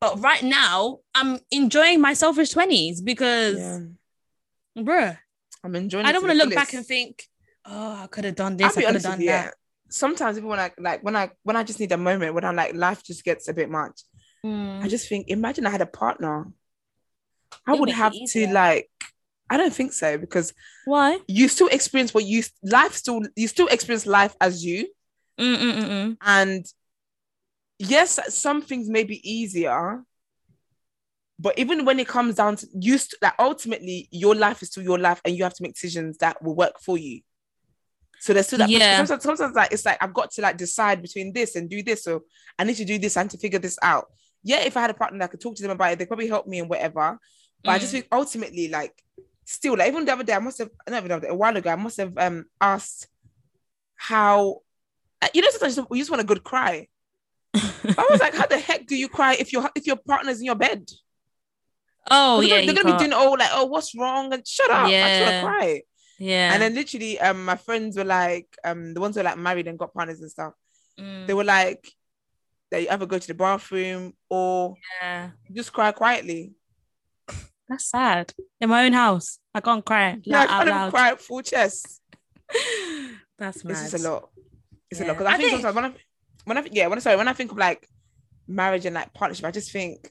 but right now i'm enjoying my selfish 20s because
Yeah.
bruh
I'm enjoying.
i
it
don't
to
want to
the
look back
fullest.
and think oh i could have done
I'll
this i
be
could have
honest with
done
you. Yeah.
that
Sometimes even when I like when I when I just need a moment when I'm like life just gets a bit much. I
Mm.
just think, imagine I had a partner. I
It'd
would
make it
have to
easier.
like, I I don't think so because
Why?
you still experience what you life still you still experience life as you
Mm, mm, mm, mm.
and yes some things may be easier but even when it comes down to you st- like ultimately your life is still your life and you have to make decisions that will work for you so there's still that push.
Yeah.
sometimes, sometimes like it's like i've got to like decide between this and do this so i need to do this i need to figure this out yeah if i had a partner that could talk to them about it they probably help me and whatever but i just
Mm.
think ultimately like still like even the other day i must have not even the other day, a while ago i must have um asked how uh, you know sometimes you just- you just want a good cry
mm.
i was like how the heck do you cry if your if your partner's in your bed
Oh yeah,
they're gonna, they're
you
gonna be
can't.
doing all like oh what's wrong and shut up i just
Yeah.
want to cry
yeah.
and then literally um my friends were like um the ones who are like married and got partners and stuff
Mm,
they were like that you either go to the bathroom or
yeah.
just cry quietly
That's sad. In my own house, I can't cry
yeah i
like, out
can't even
loud.
cry full chest
That's mad.
it's just a lot. It's a
Yeah.
lot because I,
I
think,
think-
sometimes when I when I yeah when I sorry when I think of like marriage and like partnership, I just think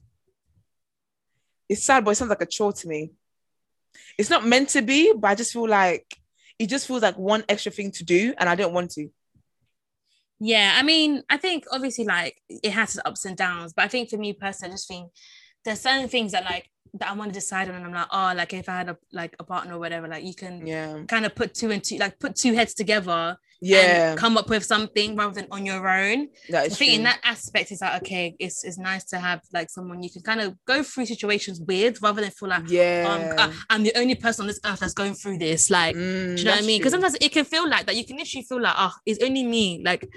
it's sad, but it sounds like a chore to me. It's not meant to be, but I just feel like it just feels like one extra thing to do, and I don't want to.
Yeah, I mean, I think obviously like it has its ups and downs, but I think for me personally, I just think there's certain things that like that I want to decide on, and I'm like, oh, like if I had a like a partner or whatever, like you can
Yeah,
kind of put two and two, like put two heads together
yeah,
and come up with something rather than on your own.
that
I
is
think in
true.
that aspect, it's like okay, it's it's nice to have like someone you can kind of go through situations with rather than feel like
yeah.
um, uh, I'm the only person on this earth that's going through this. Like,
Mm,
do you know what I
that's
mean? Because
true.
sometimes it can feel like that. You can literally feel like, oh, it's only me. Like,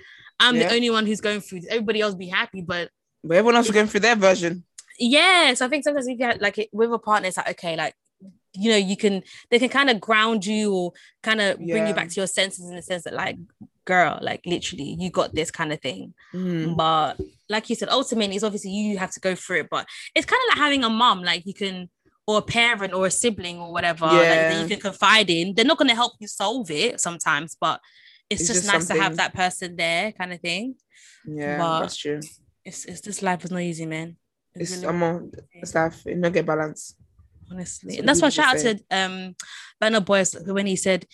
I'm
Yeah.
the only one who's going through this. Everybody else be happy, but
but everyone else is going through their version.
yeah. So I think sometimes if you have, like it, with a partner, it's like okay, like you know, you can they can kind of ground you or kind of bring
Yeah.
you back to your senses in the sense that like, girl, like literally, you got this kind of thing.
Mm.
But like you said, ultimately, it's obviously you have to go through it. But it's kind of like having a mom, like you can, or a parent, or a sibling, or whatever like, that
Yeah.
you can confide in. They're not going to help you solve it sometimes, but it's,
It's
just,
just
nice to
something.
have that person there, kind of thing.
Yeah,
But-
that's true.
It's, it's this life is not easy, man.
It's um,
really
I'm on stuff. You don't get balance.
honestly.
It's
And that's why
really
shout out
the
to um Burner Boys when he said,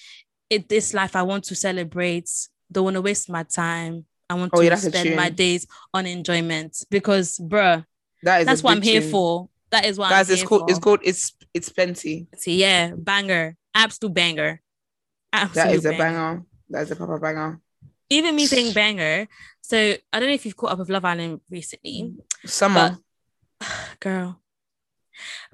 "In this life, I want to celebrate. Don't want to waste my time. I want
Oh,
to
yeah, that's a
spend my
tune.
days on enjoyment because, bruh,
That is a
that's what I'm
big
here
tune.
for. That is what
guys.
I'm
It's
here
called.
for.
It's called. It's it's plenty.
See, yeah, banger, absolute banger, absolute
That is a
banger.
banger. That is a proper banger.
Even me saying banger. So I don't know if you've caught up with Love Island recently,
Summer. Mm.
girl.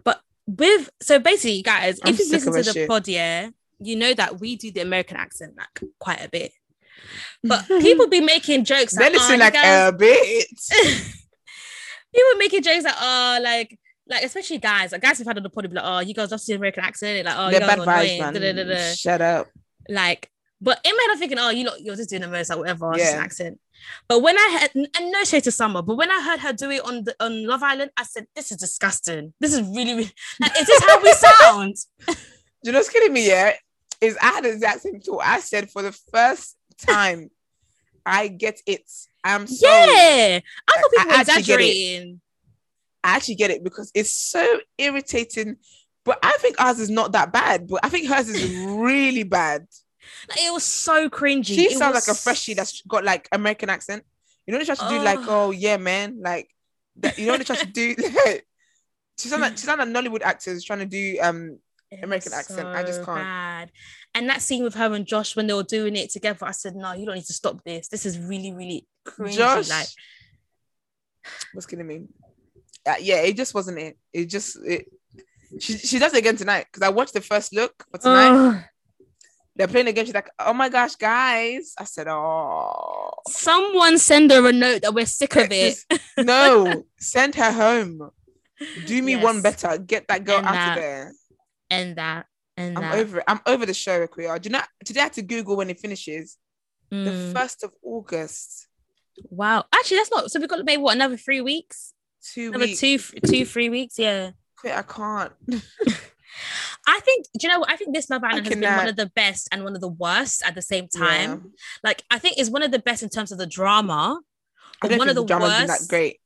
But with so basically, guys,
I'm
if you
sick
listen
of
to
her
the
shit.
pod, yeah, you know that we do the American accent like quite a bit. But people be making jokes. Like,
They
oh,
listen
you
like
guys-
a bitch.
people making jokes like, oh, like, like especially guys, like guys who've had on the pod be like, oh, you guys love the American accent, like, oh,
They're
you
bad
guys are
vibes,
annoying.
man.
da-da-da-da."
Shut up.
like but in my head I'm thinking oh you know you're just doing the most like whatever it's just an
Yeah.
accent but when I had and no shade to Summer but when I heard her do it on the on Love Island I said this is disgusting this is really, really like, is this how we sound
Do you know what's killing me? Yeah, is I had the exact same thought. I said for the first time, I get it. I'm sorry.
yeah I thought
I- I
people were
actually get it.
exaggerating
I actually get it because it's so irritating. But I think ours is not that bad. But I think hers is really bad.
like, it was so cringy
She
It
sounds
was-
like a freshie that's got like American accent. You know, they try to do like,
Oh.
oh yeah, man, like that. You know, they try to do. she sounds like she sounds like Nollywood actors trying to do um
It
American
was
accent. I just
so
can't.
bad. And that scene with her and Josh when they were doing it together, I said, "No, you don't need to stop this. This is really, really cringy."
Josh
like,
was killing me. Uh, yeah, it just wasn't it. It just it. She she does it again tonight because I watched the first look for tonight.
ugh.
They're playing again. She's like, oh my gosh, guys. I said, oh
someone send her a note that we're sick of it.
Just- no, send her home. Do me
Yes.
one better. Get that girl
And
out
that.
of there.
and that and
I'm
that.
over it. I'm over the show, Akuya. Do you know today I had to Google when it finishes.
Mm.
The first of August.
wow, actually, that's not. So we've got maybe what another three weeks,
Two
another
weeks.
two, two, three weeks. Yeah,
Quit, I can't.
I think. Do you know? what? I think this Love Island has been one
cannot.
of the best and one of the worst at the same
uh, Yeah.
time. Like, I think it's one of the best in terms of the drama,
I don't
One of
think the
the
drama's been that
worst-
great.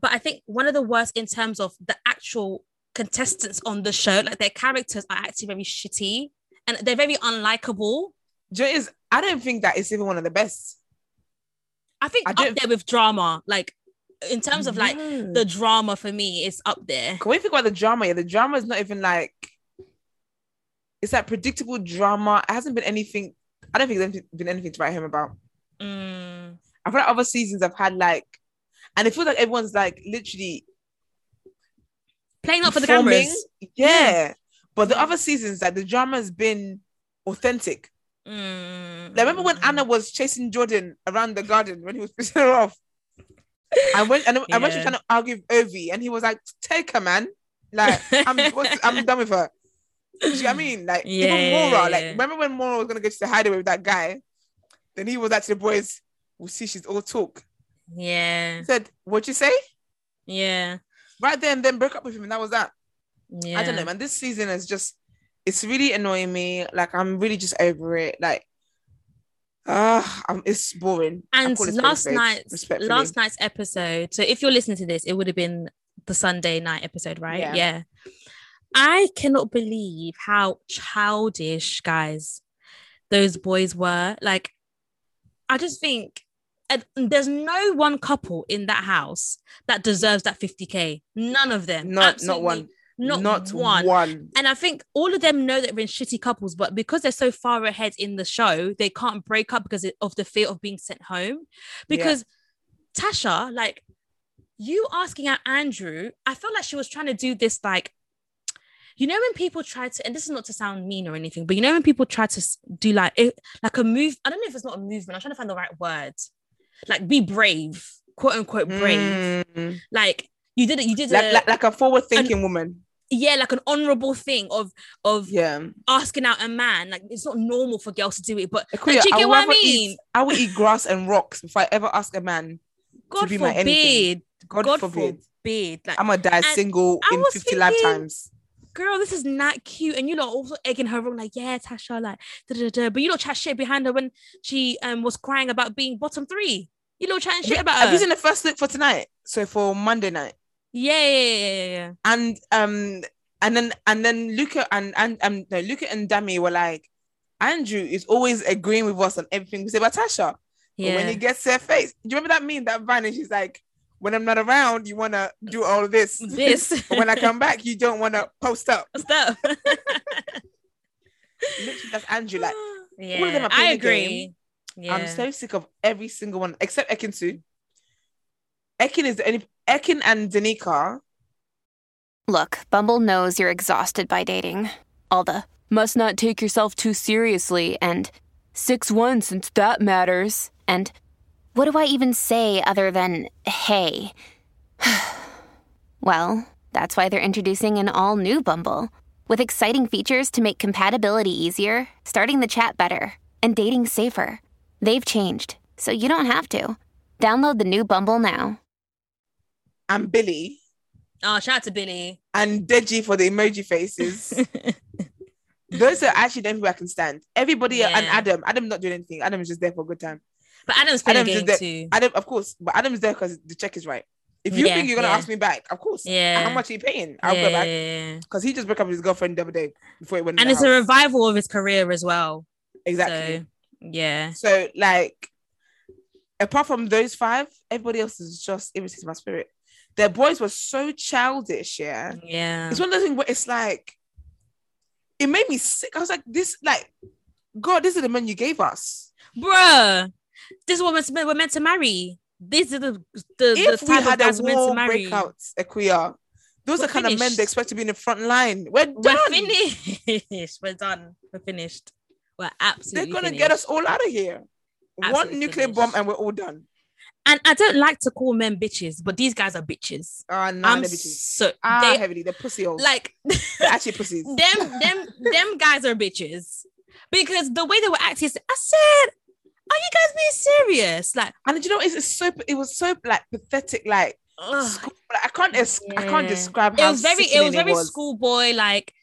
but I think one of the worst in terms of the actual contestants on the show, like their characters are actually very shitty and they're very unlikable.
Do you know what it is? I don't think that it's even one of the best.
I think
I
up
don't-
there with drama, like in terms of like the drama for me, it's up there.
Can we think about the drama? Yeah, the drama is not even like it's like predictable drama. It hasn't been anything. I don't think there's anything- been anything to write home about.
Mm.
I feel like other seasons have had like, and it feels like everyone's like literally
Playing up for the
performing.
cameras.
Yeah, but the other seasons, like the drama's been authentic.
Mm.
Like, remember when Anna was chasing Jordan around the garden when he was pissing her off? And when and, and when she was
Yeah.
trying to argue with Ovi, and he was like, "Take her, man! Like,
Mm.
I'm what's- I'm done with her." Do you know what um, I mean? Like, even
Yeah.
Mora. Like, remember when Mora was gonna go to the hideaway with that guy? Then he was like to the boys, "We'll see, she's all talk."
Yeah,
He said, "What'd you say?"
yeah,
Right then, then broke up with him, and that was that.
yeah.
I don't know, man. This season is just it's really annoying me. Like I'm really just over it. Like uh I'm, it's boring. I
And
call it a spade a
last
spade,
night's
respectfully.
last night's episode. So if you're listening to this, it would have been the Sunday night episode, right?
Yeah.
yeah. I cannot believe how childish guys those boys were. Like, I just think and there's no one couple in that house that deserves that 50k. None of them.
not not
Absolutely
one.
Not,
one.
one. And I think all of them know that they're in shitty couples, but because they're so far ahead in the show, they can't break up because of the fear of being sent home.
Yeah.
Because Tasha, like you asking out Andrew, I felt like she was trying to do this, like, you know, when people try to, and this is not to sound mean or anything, but you know, when people try to s- do like, it, like a move, I don't know if it's not a movement, I'm trying to find the right word, like be brave, quote unquote brave.
Mm.
Like you did it, you did
Like,
a,
like like a forward thinking woman.
yeah, like an honorable thing of, of,
Yeah.
asking out a man. Like it's not normal for girls to do it, but
Akuya,
do you get
would
what I
rather
mean?
Eat, I would eat grass and rocks before I ever ask a man.
God
be my
forbid,
anything. God,
God
forbid.
forbid. Like,
I'm gonna die
And
single
I
in
was
50
thinking-
lifetimes.
girl, this is not cute. And you know, also egging her on, like, yeah, Tasha, like, da da da. But you know, chat shit behind her when she um was crying about being bottom three. You know, chatting shit about
Have
her.
you seen the first look for tonight? So for Monday night.
yeah, yeah, yeah, yeah, yeah.
and um and then and then Luca and and um no Luca and Dami were like Andrew is always agreeing with us on everything we say about Tasha. But when
Yeah.
he gets to her face, do you remember that meme that Vine and she's like, when I'm not around, you wanna do all of this.
This
but when I come back, you don't wanna post up.
stuff.
Literally, that's Andrew. Like
yeah,
all of them are
I
playing the
agree.
game.
Yeah.
I'm so sick of every single one except Ekin2. Ekin is the only Ekin and Danika.
Look, Bumble knows you're exhausted by dating. All the must not take yourself too seriously and 6 1 since that matters. And what do I even say other than hey? well, that's why they're introducing an all new Bumble with exciting features to make compatibility easier, starting the chat better, and dating safer. They've changed, so you don't have to. Download the new Bumble now.
and Billy
oh, shout out to Billy.
and Deji for the emoji faces. Those are actually the only people I can stand. Everybody and
Yeah.
Adam. Adam not doing anything. Adam is just there for a good time.
But Adam's playing
Adam's
a
just
game
there-
too.
Adam, of course, but Adam's there because the check is right. If you
Yeah,
think you're gonna
yeah.
ask me back, of course.
Yeah.
How much are you paying? I'll
yeah,
go back.
yeah, yeah.
Because he just broke up with his girlfriend the other day before it went. in
and
the
it's a
house.
revival of his career as well.
Exactly.
So yeah,
So, like, apart from those five, everybody else is just irritates my spirit. Their boys were so childish, yeah.
yeah,
It's one of those things where it's like, it made me sick. I was like, this, like, God, this is the man you gave us.
bruh. This is what we're, we're meant to marry. These are the the,
if
the
we
type of
had a
guys we're meant
war
to marry.
breakout, Ekuya, those
We're
are kind of men
finished.
they expect to be in the front line. We're done.
We're finished. We're done. We're finished. We're
They're
absolutely.
gonna
finished.
get us all out of here.
Absolutely
One nuclear
finished.
bomb and we're all done.
And I don't like to call men bitches, but these guys are bitches.
Ah, nah,
I'm
they're bitches.
so
Ah,
they
heavily, they're pussy holes.
like
They're actually pussies.
them them them guys are bitches because the way they were acting. I said, are you guys being serious? Like.
and do you know, what? it's, it's so it was so like pathetic, like,
ugh.
school- like, I can't es- I can't
Yeah.
describe
it
how
was very it
sickening
was very schoolboy like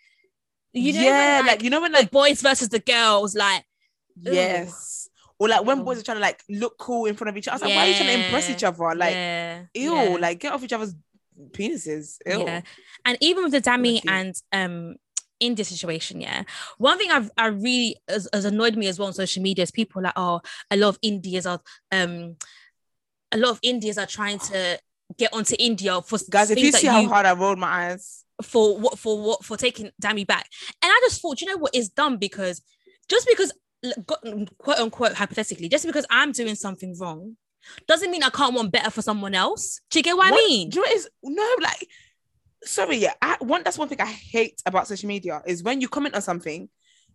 you know
yeah,
when, like,
you know when
the
like
boys versus the girls like Ooh.
Yes. Or like when
Ooh.
boys are trying to like look cool in front of each other. I was like, why are you trying to impress
Yeah.
each other? Like,
yeah,
ew,
yeah.
like get off each other's penises. Ew.
Yeah. And even with the Dami
Lucky.
and um India situation, yeah. One thing I've I really has, has annoyed me as well on social media is people like, oh, a lot of Indians are um a lot of Indians are trying to get onto India for
Guys, if
things
you
that
see how hard I rolled my eyes,
for what for what for taking Dammy back. And I just thought, you know what, it's dumb because just because l- go- mm, quote unquote hypothetically, just because I'm doing something wrong doesn't mean I can't want better for someone else. Do you get what, I
What-
mean?
do you know what is no like? Sorry, yeah. I, one that's one thing I hate about social media is when you comment on something,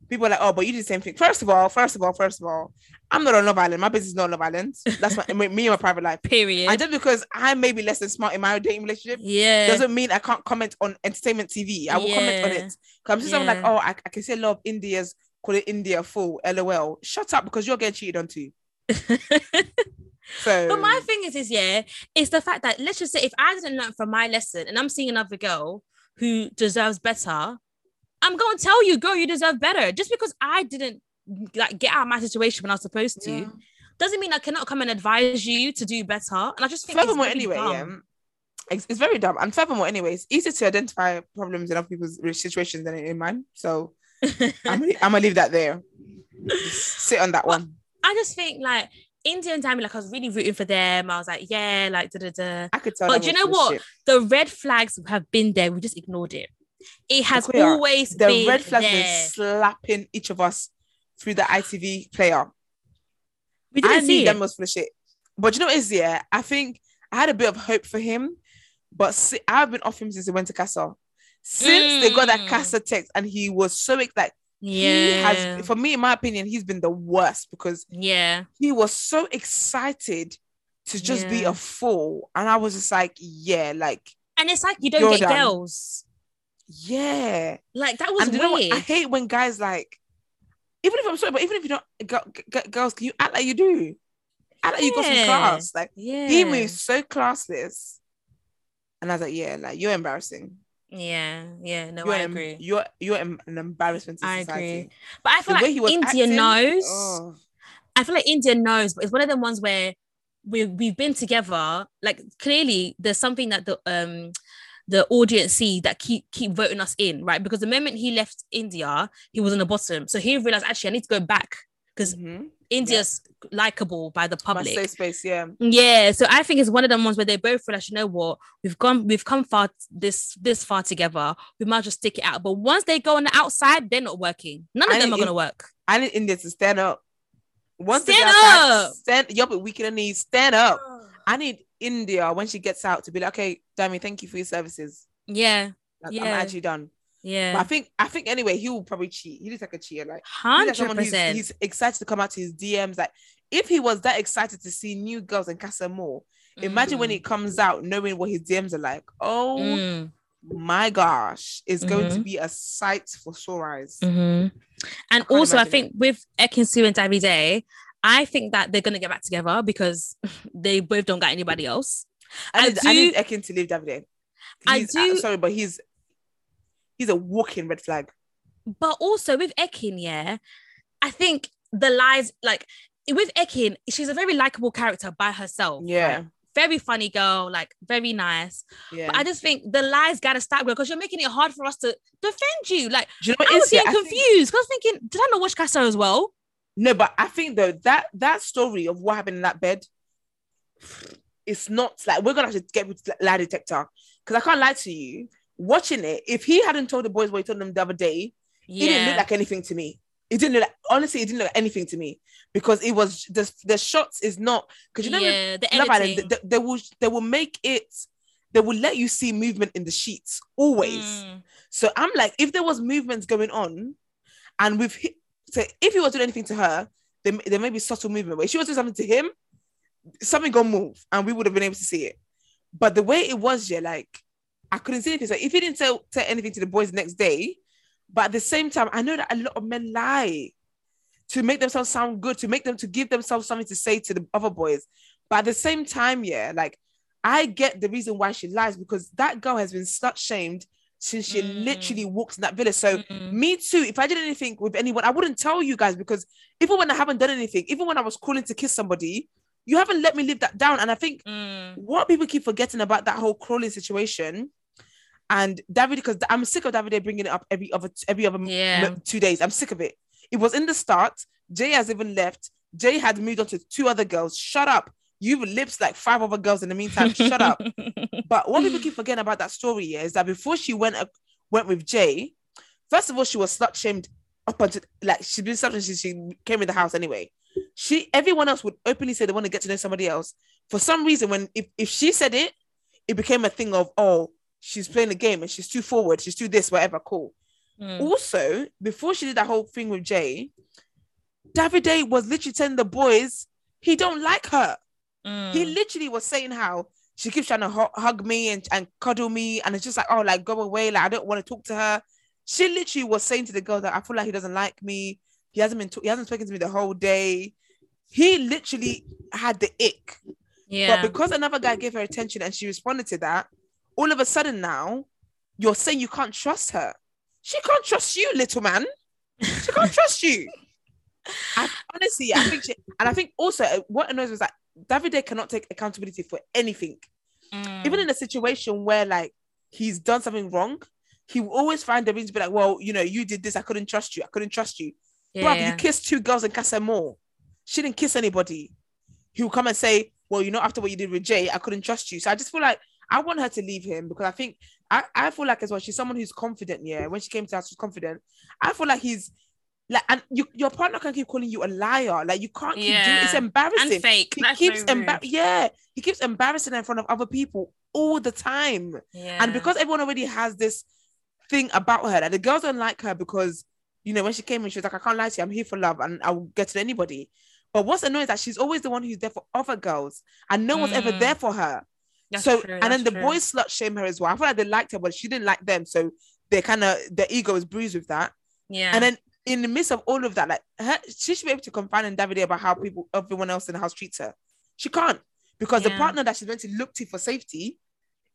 people are like, "Oh, but you did the same thing." First of all, first of all, first of all, I'm not on Love Island. My business is not on Love Island. That's my me and my private life.
Period.
And just because I may be less than smart in my dating relationship
yeah.
doesn't mean I can't comment on entertainment TV. I will comment on
Eh. Yeah.
it. Cause I'm just someone like,
Yeah.
"Oh, I, I can see a lot of India's call it India full." LOL. Shut up because you're getting cheated on too. So,
But
Um,
my thing is, is yeah, it's the fact that let's just say if I didn't learn from my lesson and I'm seeing another girl who deserves better, I'm going to tell you, girl, you deserve better. Just because I didn't like get out of my situation when I was supposed to,
Yeah.
doesn't mean I cannot come and advise you to do better. And I just think
furthermore,
it's really
anyway,
dumb.
um, it's, it's very dumb. And furthermore, anyway, it's easier to identify problems in other people's re- situations than in mine. So I'm gonna, I'm gonna leave that there. Just sit on that one.
I just think like India and Dami, like I was really rooting for them. I was like, yeah, like da da da.
I could tell.
But
that
do you
was
know what?
bullshit.
The red flags have been there. We just ignored it. It has
Queer.
always
The
been
red flags
there.
been slapping each of us through the ITV player.
we
I
didn't
knew
see
them
it.
was full of shit. But do you know what is yeah? I think I had a bit of hope for him, but si- I've been off him since he went to Casa. Since they got that
Mm.
Casa text, and he was so excited. He
Yeah.
has, for me, in my opinion, he's been the worst because
yeah.
he was so excited to just be
Yeah.
a fool. And I was just like, yeah, like,
And it's like you don't
You're
get
done.
girls.
yeah.
Like that was
and you know
weird.
what? I hate when guys like, even if I'm sorry, but even if you don't, g- g- girls, can you act like you do? Act like you got some
Yeah.
class. Like,
yeah.
he moves so classless. And I was like, yeah, like, you're embarrassing.
Yeah. Yeah. No,
you're
I
em-
agree.
You're, you're em- an embarrassment to
I
society.
agree. But I feel
The way
like
he was
India
acting,
knows.
oh.
I feel like India knows, but it's one of them ones where we we've been together. Like clearly, there's something that the um the audience see that keep keep voting us in, right? Because the moment he left India, he was on the bottom. So he realized actually I need to go back because
Mhm.
India's likable by the
My
public.
safe space, yeah.
Yeah, so I think it's one of them ones where they both feel like you know what we've gone, we've come far this this far together. We might just stick it out. But once they go on the outside, they're not working. None of
I
them are
think
gonna work.
I need India to stand up. Once they
Stand
get outside,
up!
stand you're but weak in the knees. Stand up. I need India when she gets out to be like, okay, Dami, thank you for your services.
Yeah,
Like,
Yeah.
I'm actually done. But I
yeah,
think I think anyway, he will probably cheat. He looks like a cheater. Like he's like
hundred
someone who's
percent.
he's excited to come out to his DMs. Like if he was that excited to see new girls and Casa more, imagine
Mm.
when it comes out knowing what his DMs are like. Oh
Mm-hmm.
my gosh, it's going to be a sight for sore eyes.
Mhm. And
can't
also, I
imagine
think with Ekinsu and Davide, I think that they're gonna get back together because they both don't got anybody else.
I
I
need, I need
do-
Ekin to leave Davide.
I
He's,
do-
uh, sorry, but he's he's a walking red flag.
But also with Ekin, yeah, I think the lies like with Ekin, she's a very likable character by herself.
Yeah,
Oh, right? Very funny girl, like very nice.
yeah.
But I just think the lies gotta stop, girl, because you're making it hard for us to defend you. Like
Do you
I
know what it
was
is? Yeah,
getting
I think-
confused. 'cause I was thinking, did I not watch Casa as well?
no, but I think though that that story of what happened in that bed, it's not like we're gonna have to get with li- lie detector because I can't lie to you. Watching it, if he hadn't told the boys what he told them the other day, it didn't look like anything to me. It didn't look like, honestly, it didn't look like anything to me because it was the the shots is not because you know when
yeah, the
Love Island,
editing.
th- th- they, will they will make it. They will let you see movement in the sheets always.
Mm.
So I'm like, if there was movements going on, and with hi- so if he was doing anything to her, there, m- there may be subtle movement. But if she was doing something to him, something gonna move, and we would have been able to see it. But the way it was, yeah, like I couldn't see anything. So if he didn't tell, tell anything to the boys the next day, but at the same time, I know that a lot of men lie to make themselves sound good, to make them to give themselves something to say to the other boys. But at the same time, yeah, like I get the reason why she lies because that girl has been slut shamed since she
Mm.
literally walked in that village. So
Mm.
Mm-hmm. me too. If I did anything with anyone, I wouldn't tell you guys because even when I haven't done anything, even when I was calling to kiss somebody, you haven't let me live that down. And I think
Mm.
what people keep forgetting about that whole crawling situation and David, because I'm sick of David bringing it up every other every other m-
Yeah.
m- two days. I'm sick of it. It was in the start. Jay has even left. Jay had moved on to two other girls. Shut up. You've lips like five other girls in the
mm.
meantime. Shut up. But what people keep forgetting about that story yeah, is that before she went up, went with Jay, first of all, she was slut shamed up until like she's been slut shamed since she came in the house anyway. She everyone else would openly say they want to get to know somebody else. For some reason, when if, if she said it, it became a thing of oh, she's playing a game and she's too forward, she's too this, whatever, cool.
Mm.
Also, before she did that whole thing with Jay, Davide was literally telling the boys he don't like her.
Mm.
He literally was saying how she keeps trying to hu- hug me and, and cuddle me, and it's just like, oh, like go away, like I don't want to talk to her. She literally was saying to the girl that I feel like he doesn't like me. He hasn't been t- he hasn't spoken to me the whole day. He literally had the ick,
yeah.
but because another guy gave her attention and she responded to that, all of a sudden now you're saying you can't trust her. She can't trust you, little man. She can't trust you. I, honestly, I think she, and I think also uh, what annoys me is that Davide cannot take accountability for anything.
Mm.
Even in a situation where like he's done something wrong, he will always find a reason to be like, well, you know, you did this. I couldn't trust you. I couldn't trust you.
yeah.
Bruv, you kissed two girls in Casamore. She didn't kiss anybody. He'll come and say, Well, you know, after what you did with Jay, I couldn't trust you. So I just feel like I want her to leave him because I think I, I feel like as well, she's someone who's confident. Yeah. When she came to us, she's confident. I feel like he's like and you, your partner can keep calling you a liar. Like you can't keep doing it's
Yeah.
embarrassing.
and fake.
He
That's
keeps
very
embar-
rude.
yeah, he keeps embarrassing her in front of other people all the time.
yeah.
And because everyone already has this thing about her, that the girls don't like her because, you know, when she came in, she was like, I can't lie to you, I'm here for love and I will get to anybody. But what's annoying is that she's always the one who's there for other girls and no one's ever
Mm.
there for her.
That's
so,
true,
and then
that's
the
true.
boys slut shame her as well. I feel like they liked her, but she didn't like them. So they kind of, their ego is bruised with that.
yeah.
And then in the midst of all of that, like her, she should be able to confide in Davide about how people, everyone else in the house treats her. She can't because the
Yeah.
partner that she's meant to look to for safety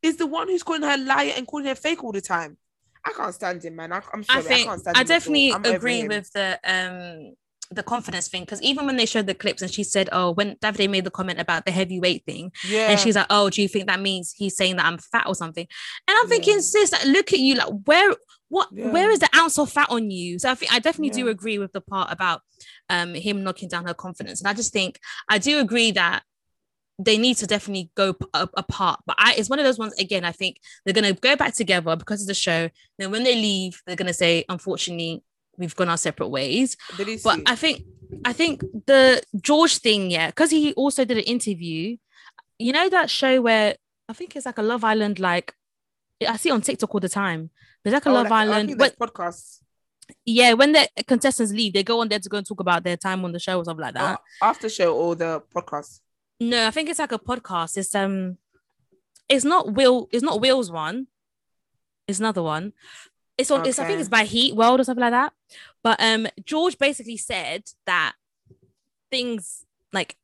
is the one who's calling her a liar and calling her fake all the time. I can't stand him, man. I, am sorry,
I
I,
think
can't stand
I
him at all.
definitely
I'm over
agree
him.
with the um the confidence thing because even when they showed the clips and she said, "Oh, when Davide made the comment about the heavyweight thing,"
yeah.
and she's like, "Oh, do you think that means he's saying that I'm fat or something?" And I'm
Yeah.
thinking, sis, like, look at you, like where what
Yeah.
where is the ounce of fat on you? So I think I definitely do
Yeah.
agree with the part about um him knocking down her confidence, and I just think I do agree that they need to definitely go p- a- apart. But I, it's one of those ones again. I think they're gonna go back together because of the show. Then when they leave, they're gonna say, unfortunately, we've gone our separate ways.
Did he
But
see?
I think I think the George thing, yeah, because he also did an interview. You know that show where I think it's like a Love Island, like I see it on TikTok all the time. There's like a
Oh,
Love
like, I
Island.
think
When,
there's podcasts
yeah, when the contestants leave, they go on there to go and talk about their time on the show or something like that.
uh, after show or the podcast.
No, I think it's like a podcast. It's um, it's not Will. It's not Will's one. It's another one. It's on. It's I think
Okay.
it's by Heat World or something like that. But um, George basically said that things like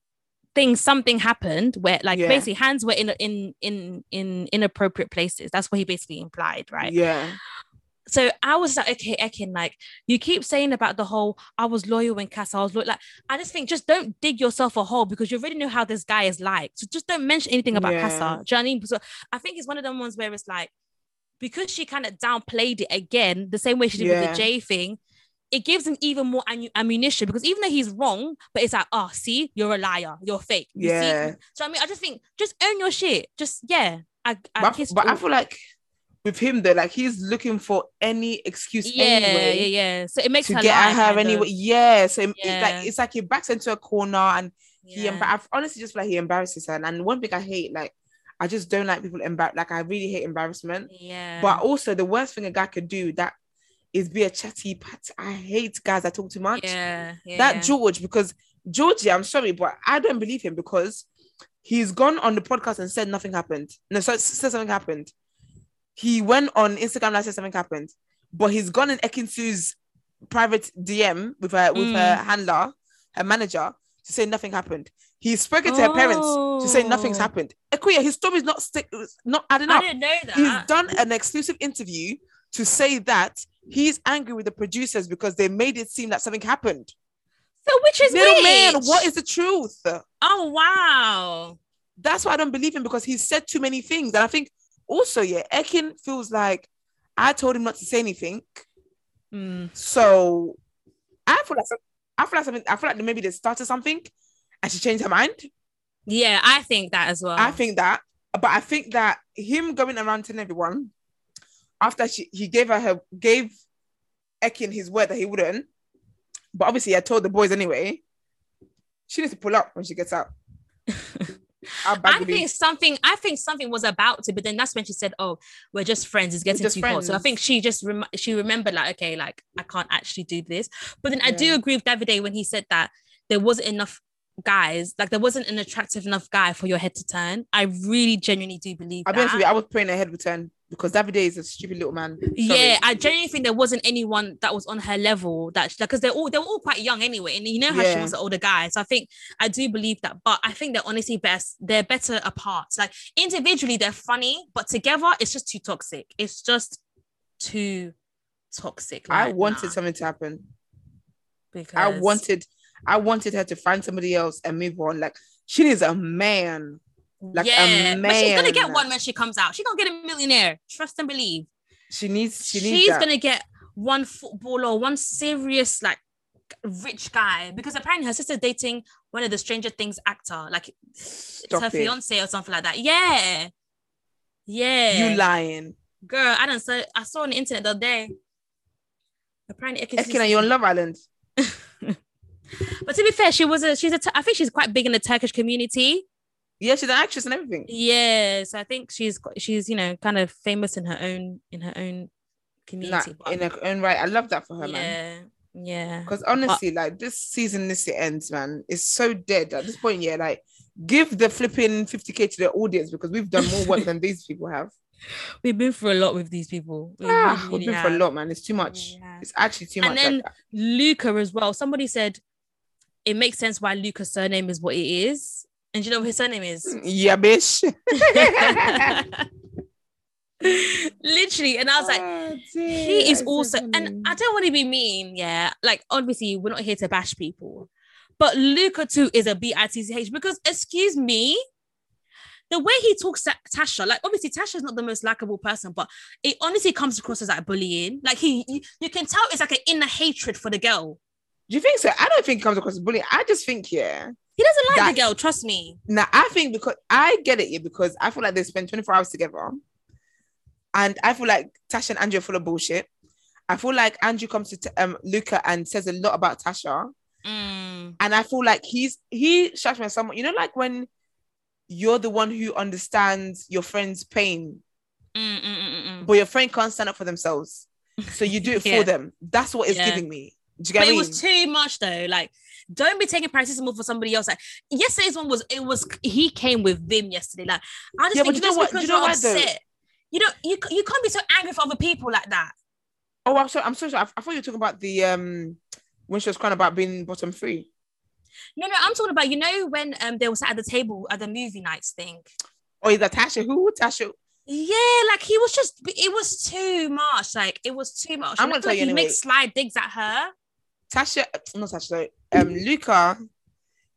things something happened where like
Yeah.
basically hands were in in in in inappropriate places. That's what he basically implied, right?
Yeah.
so I was like, okay, Ekin, like you keep saying about the whole I was loyal when Cass, I was loyal. Like, I just think just don't dig yourself a hole because you already know how this guy is like. So just don't mention anything about
Yeah.
Casa. Do you know what I mean? So I think it's one of them ones where it's like, because she kind of downplayed it again, the same way she did
Yeah.
with the J thing, it gives him even more ammu- ammunition because even though he's wrong, but it's like, oh, see, you're a liar, you're fake. You
Yeah.
See? So I mean, I just think just own your shit. Just yeah. I, I
But, I,
kissed
but I
all-
feel like with him though, like he's looking for any excuse
yeah,
anyway.
yeah, yeah. So it makes
to
her
get
lie,
at her
kind
anyway.
of.
Yeah, so it- it's
Yeah.
like it's like he backs into a corner and he.
Yeah.
Embar- I've honestly just feel like he embarrasses her. And, and one thing I hate, like, I just don't like people embar. Like, I really hate embarrassment.
Yeah.
But also, the worst thing a guy could do that is be a chatty pat. I hate guys that talk too much.
yeah, yeah,
That George, because Georgie, I'm sorry, but I don't believe him because he's gone on the podcast and said nothing happened. No, so, said something happened. He went on Instagram and said something happened, but he's gone in Ekinsu's private DM with her with her
Mm.
handler, her manager, to say nothing happened. He's spoken to her parents to say nothing's
Oh.
happened. Equia, his story's not stick, not adding
I
up.
didn't know that.
He's done an exclusive interview to say that he's angry with the producers because they made it seem that something happened.
So which is
Little
which?
man, what is the truth?
Oh wow.
That's why I don't believe him because he's said too many things. And I think also, yeah, Ekin feels like I told him not to say anything. Hmm.
Mm.
So I feel like some- I feel like something. I feel like maybe they started something, and she changed her mind.
Yeah, I think that as well.
I think that, but I think that him going around telling everyone after she he gave her her gave Ekin his word that he wouldn't, but obviously I told the boys anyway. She needs to pull up when she gets out. I'll bag
I
with you.
think something. I think something was about to, but then that's when she said, "Oh, we're just friends. It's getting
just
too hot." So I
friends.
think she just rem- she remembered, like, okay, like I can't actually do this. But then I do
Yeah.
agree with Davide when he said that there wasn't enough guys, like there wasn't an attractive enough guy for your head to turn. I really genuinely do believe
I'll be honest
that.
with you. I was praying ahead return because Davide is a stupid little man. Sorry.
yeah, I genuinely think there wasn't anyone that was on her level that because they're all they were all quite young anyway, and you know how she
Yeah.
was an older guy. So I think I do believe that, but I think they're honestly best. They're better apart. Like individually, they're funny, but together it's just too toxic. It's just too toxic.
I
like,
wanted
nah,
something to happen.
because
I wanted, I wanted her to find somebody else and move on. Like she needs a man. like, a
yeah, but she's gonna get
man.
one when she comes out. She's gonna get a millionaire. Trust and believe.
She needs. She needs.
she's
that.
gonna get one footballer, one serious like rich guy because apparently her sister's dating one of the Stranger Things actor, like
Stop
it's her
it.
fiance or something like that. Yeah, yeah.
You lying.
girl, I don't saw. I saw on the internet the other day. Apparently, Ekin-
Ekina, you're on Love Island.
but to be fair, she was a. She's a. Tur- I think she's quite big in the Turkish community.
Yeah, she's an actress and everything.
Yeah, so I think she's qu- she's you know kind of famous in her own in her own
Like,
community.
in her own right. I love that for her,
yeah,
man.
yeah.
Because honestly, like this season, this year ends, man. It's so dead at this point. Yeah, like give the flipping 50k to the audience because we've done more work than these people have.
We've been through a lot with these people. We
Ah,
really,
we've
really
been for a
have.
lot, man. It's too much.
Yeah.
It's actually too
And
much.
then
like,
Luca as well. Somebody said it makes sense why Luca's surname is what it is. And do you know what his surname is?
mm, yeah, bitch.
Literally. And I was like,
Oh,
he is also, and I don't want to be mean, yeah. Like, obviously, we're not here to bash people, but Luca too is a B I T C H because, excuse me, the way he talks to Tasha, like, obviously, Tasha's not the most likable person, but it honestly comes across as like bullying. Like, he, you, you can tell it's like an inner hatred for the girl.
Do you think so? I don't think it comes across as bullying. I just think, yeah.
He doesn't like the
That-
girl, trust me.
Now I think because I get it, yeah, because I feel like they spend 24 hours together. And I feel like Tasha and Andrew are full of bullshit. I feel like Andrew comes to t- um Luca and says a lot about Tasha.
Mm.
And I feel like he's he strikes me as someone, you know, like when you're the one who understands your friend's pain,
Mm, mm, mm, mm, mm.
but your friend can't stand up for themselves. So you do it
Yeah.
for them. That's what it's
Yeah.
giving me. Do you get
But
what I
it
mean?
was too much though. Like, don't be taking paracetamol for somebody else. Like, yesterday's one was it was he came with Vim yesterday. Like, I just
Yeah, but
think
you know
just
what-
because
you
you
know
are
what though?
upset, you know, you you can't be so angry for other people like that.
oh, I'm sorry. I'm so sorry. I, I thought you were talking about the um when she was crying about being bottom three.
No, no, I'm talking about you know when um they were sat at the table at the movie nights thing.
Or Oh, is that Tasha? Who Tasha?
Yeah, like he was just it was too much. Like it was too much. And I
I'm gonna
feel
tell
like
you
he
anyway.
makes slide digs at her.
Tasha, uh, not Tasha, sorry. Um, Luca,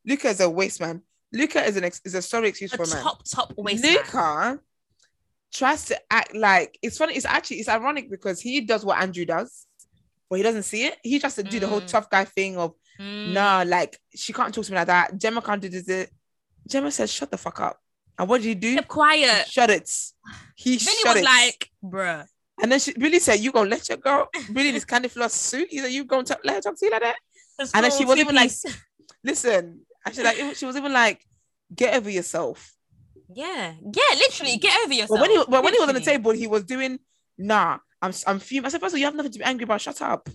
Luca is a waste man. Luca is an ex- is a sorry excuse
A
for a man.
top top waste. man.
Luca tries to act like it's funny. It's actually it's ironic because he does what Andrew does, but he doesn't see it. He tries to do the whole
Mm.
tough guy thing of
Mm.
nah, like she can't talk to me like that. Gemma can't do this. this. Gemma says, "Shut the fuck up." And what did he do?
kept quiet.
Shut it.
Vinny
He shut
was
it.
like, bruh.
and then she really said, "You gonna let your girl really this candy floss suit?" He said, "You gonna ta- let her talk to you like that?" And then she wasn't even like- listen. And she like it- she was even like, get over yourself.
yeah, yeah, literally, get over yourself.
But when he but when he was on the
Literally.
table, he was doing nah. I'm s- I'm fuming. I said, first of all, you have nothing to be angry about. Shut up.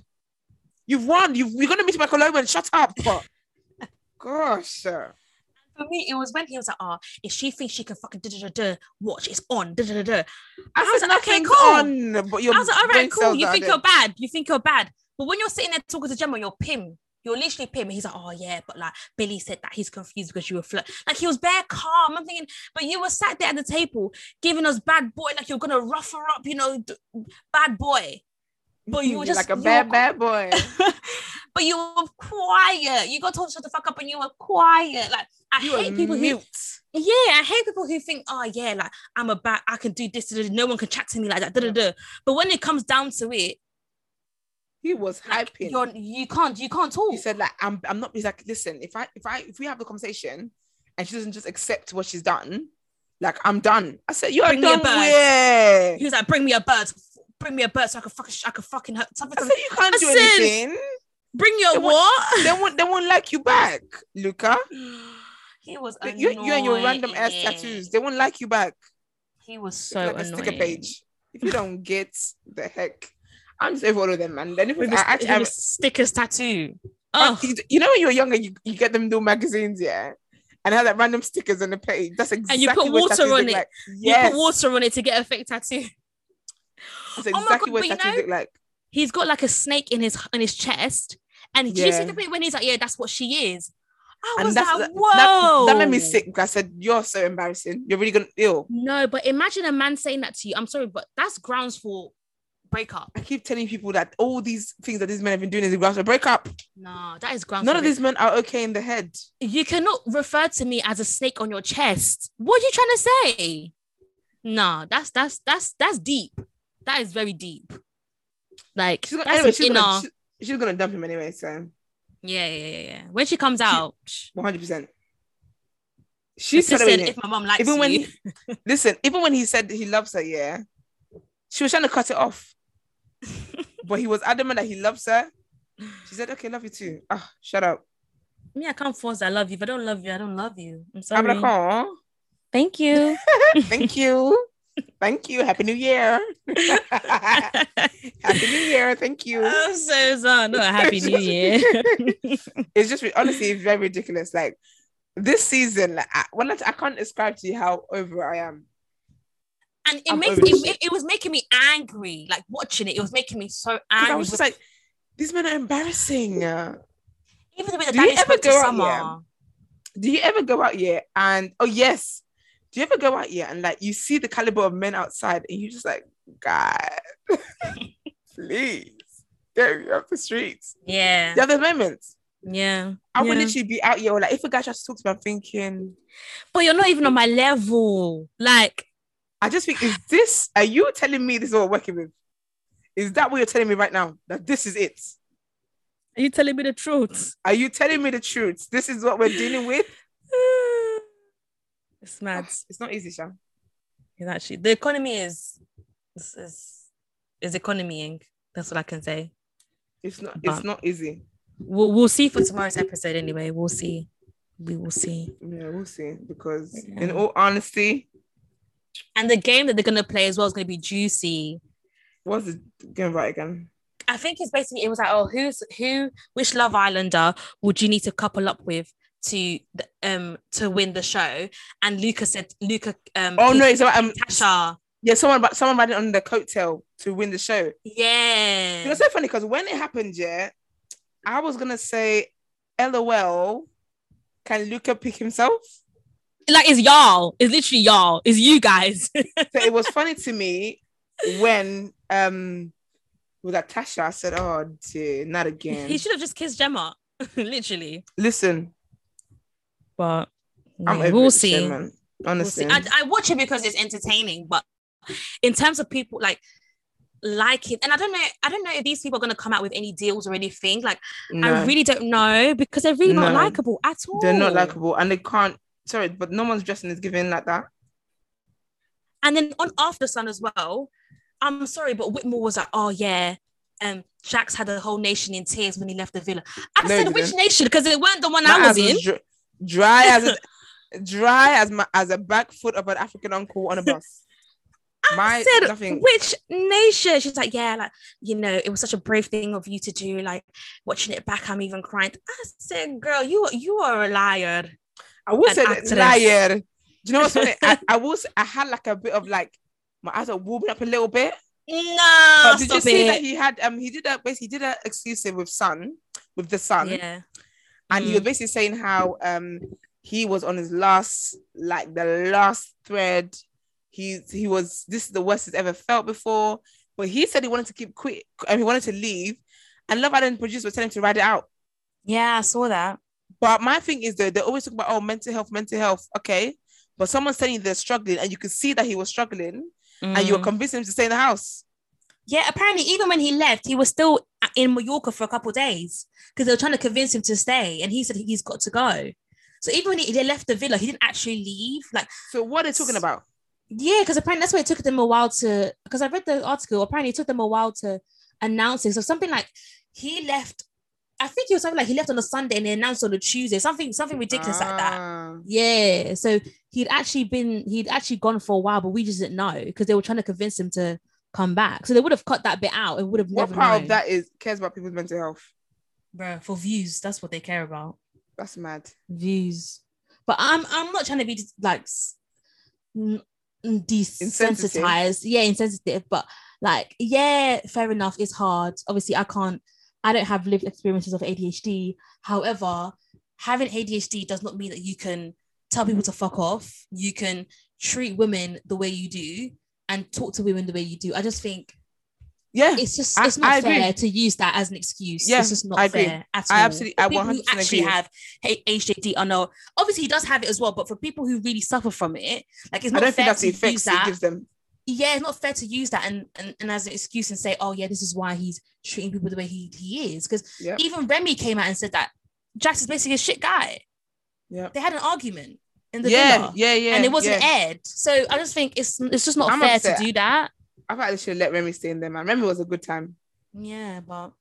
You've won. You you're gonna meet Michael Owen. Shut up. Gosh.
for me, it was when he was like, "Ah, if she thinks she can fucking da da da da, watch it's on da da da da." I
I
was
said
like, okay,
nothing's
cool.
on, but you're
I was like, "All right, cool. You think you're bad? You think you're bad?" But when you're sitting there talking to Gemma, you're Pim. You're literally Pim. And he's like, "Oh yeah," but like Billy said that he's confused because you were flirt. Like he was bare calm. I'm thinking, but you were sat there at the table giving us bad boy, like you're gonna rough her up, you know, d- bad boy. But you were just
like a
you
bad
were-
bad boy.
but but you were quiet. You got told shut the fuck up and you were quiet. Like I
You are
hate people
mute.
who Yeah, I hate people who think, oh yeah, like I'm a bad, I can do this, da, da, da, no one can chat to me like that. Da, da, da. But when it comes down to it,
He was hyping.
you're you can't you can't talk.
he said like I'm I'm not he's like listen if I if I if we have a conversation and she doesn't just accept what she's done like I'm done I said you're
Bring me a
done
bird.
where
he was like, bring me a bird, bring me a bird so I can fucking I can fucking hurt. something-
I said you can't
I
do
said-
anything
Bring your
It was-
what?
they won't they won't like you back Luca
He was
But you, you and your random ass
annoying.
tattoos they won't like you back
He was
It's
so
like a
annoying.
sticker page if you don't get the heck I'm just over all of them man then if
With
I,
his,
actually,
with
I'm-
his stickers tattoo.
I-
Oh,
you- you know when you're younger you, you get them little magazines yeah and have that random stickers on the page. That's exactly
you put
what
water
tattoos
on
look
it.
Like.
you
Yes.
put water on it to get a fake tattoo.
That's
Oh my
exactly
God,
what
but you
tattoos
know-
look like.
He's got like a snake in his in his chest, and do you see
Yeah.
the bit when he's like, "Yeah, that's what she is." I
And
was
that's
like,
that-
"Whoa!"
That, that made me sick. 'cause I said, "You're so embarrassing. You're really gonna ill."
No, but imagine a man saying that to you. I'm sorry, but that's grounds for breakup.
I keep telling people that all these things that these men have been doing is grounds for break up.
No, that is grounds.
None
for
of these men are okay in the head.
you cannot refer to me as a snake on your chest. What are you trying to say? No, that's that's that's that's deep. That is very deep. Like
She's gonna,
that's
anyway,
an
she's,
inner.
gonna, she- she's gonna dump him anyway. So
yeah, yeah, yeah, yeah. When she comes out, she
100. percent
just
She's
said,
celebrating.
"If my mom likes
even
you,
when he- listen, even when he said that he loves her, yeah, she was trying to cut it off, but he was adamant that he loves her. She said, "Okay, love you too." Ah, shut up.
me, I can't force. I love you. If I don't love you, I don't love you. I'm
I'm
sorry.
like, "Aw,
Thank you.
thank you, thank you. Happy New Year." Happy New Year. Thank you.
I'm so sorry. Oh, No, happy New Year.
It's just honestly it's very ridiculous. Like this season, like, I, well, I can't describe to you how over I am.
and it
I'm
makes
over
it,
it.
it, it was making me angry. Like watching it, it was making me so
'Cause I
angry.
was
with-
just like, these men are embarrassing. Uh,
even the way that
Do you
Danny
ever
spoke to
go out
Summer.
here? Do you ever go out here and oh yes, do you ever go out here and like you see the caliber of men outside and you just like, God, please, get me off the streets.
Yeah.
The other moments,
Yeah.
I would
yeah.
literally be out here or like if a guy tries to talk to me, I'm thinking.
But you're not even on my level. Like,
I just think, is this, are you telling me this is what we're working with? Is that what you're telling me right now? That this is it?
are you telling me the truth?
Are you telling me the truth? This is what we're dealing with?
it's mad.
It's not easy, Sha.
It's actually the economy is is is, is economying. That's what I can say.
It's not,
But-
it's not easy.
We'll we'll see for tomorrow's episode anyway. We'll see. We will see.
Yeah, we'll see. Because in
Yeah.
all honesty,
And the game that they're gonna play as well is gonna be juicy.
what's the game right again?
I think it's basically it was like, oh, who's who? Which Love Islander would you need to couple up with to the- um to win the show? And Luca said, Luca. Um,
Oh no,
picked
it's about um,
Tasha.
yeah, someone but someone riding on the coattail to win the show.
Yeah.
It was so funny because when it happened, yeah, I was gonna say, LOL, can Luca pick himself?
like it's y'all. It's literally y'all. It's you guys.
so it was funny to me when um with that Tasha, I said, "Oh dear, not again."
he should have just kissed Gemma. literally.
Listen,
But
I'm
yeah,
over
we'll
it,
see.
Sherman,
We'll
honestly,
see. I, I watch it because it's entertaining, but in terms of people like liking, and I don't know, I don't know if these people are gonna come out with any deals or anything. Like I
No,
really don't know because they're really not
No.
likable at all.
they're not likable, and they can't. Sorry, but no one's dressing is given like that.
And then on After Sun as well, I'm sorry, but Whitmore was like, oh yeah, um, Jax had the whole nation in tears when he left the villa. I
No, he
said which
didn't.
nation because it weren't the one
My
I was
ass
in.
dr- dry as a, dry as my as a back foot of an African uncle on a bus.
I
My
said
nothing.
which nation? She's like, yeah, like you know, it was such a brave thing of you to do. Like watching it back, I'm even crying. I said, girl, you are- you are a liar.
I will
an
say that
actress.
liar. Do you know what's funny? I, I will. Say, I had like a bit of like my eyes are warming up a little bit.
No,
But did
stop
you see that
it.
he had um he did a basically he did an exclusive with Sun with the Sun
Yeah,
and he
Mhm.
was basically saying how um he was on his last like the last thread he he was this is the worst he's ever felt before but he said he wanted to keep quit and he wanted to leave and Love Island producers were telling him to ride it out
Yeah, I saw that.
But my thing is though, they always talk about oh mental health, mental health. Okay. But someone's telling you they're struggling and you could see that he was struggling and you were
Mm.
convincing him to stay in the house.
Yeah, apparently, even when he left, he was still a- in Mallorca for a couple of days because they were trying to convince him to stay, and he said he's got to go. So even when he, they left the villa, he didn't actually leave. Like,
So what are they talking about?
yeah, because apparently that's why it took them a while to. Because I read the article, apparently it took them a while to announce it. So something like he left. I think it was something like he left on a Sunday and they announced on a Tuesday. Something something ridiculous like that.
Ah.
Yeah. So he'd actually been, he'd actually gone for a while, but we just didn't know because they were trying to convince him to come back. So they would have cut that bit out. It would have
What
never
part
known.
of that is cares about people's mental health?
Bro, for views, that's what they care about.
That's mad.
Views. But I'm, I'm not trying to be dis- like s- n- n-
Insensitive.
desensitized. Yeah, insensitive. But like, yeah, fair enough. It's hard. Obviously, I can't. I don't have lived experiences of ADHD. However, having ADHD does not mean that you can tell people to fuck off. You can treat women the way you do and talk to women the way you do. I just think
Yeah.
it's just
I-
it's not
I agree.
fair to use that as an excuse.
Yeah,
it's just not
I agree.
fair at all.
I absolutely-
For
I
people who
100%
actually
agree.
have H- HJD or no, obviously he does have it as well. But for people who really suffer from it, like it's
I
not
don't
fair
think that's the
to use
effects
that
it gives them.
yeah, it's not fair to use that and, and and as an excuse and say, oh yeah, this is why he's treating people the way he he is. Because
Yep.
even Remy came out and said that Jax is basically a shit guy.
Yep.
They had an argument in the
Yeah,
villa,
yeah, yeah.
and it wasn't
yeah.
aired. So I just think it's it's just not
I'm
fair
upset.
to do that.
I thought they should let Remy stay in there, man. Remy was a good time.
Yeah, but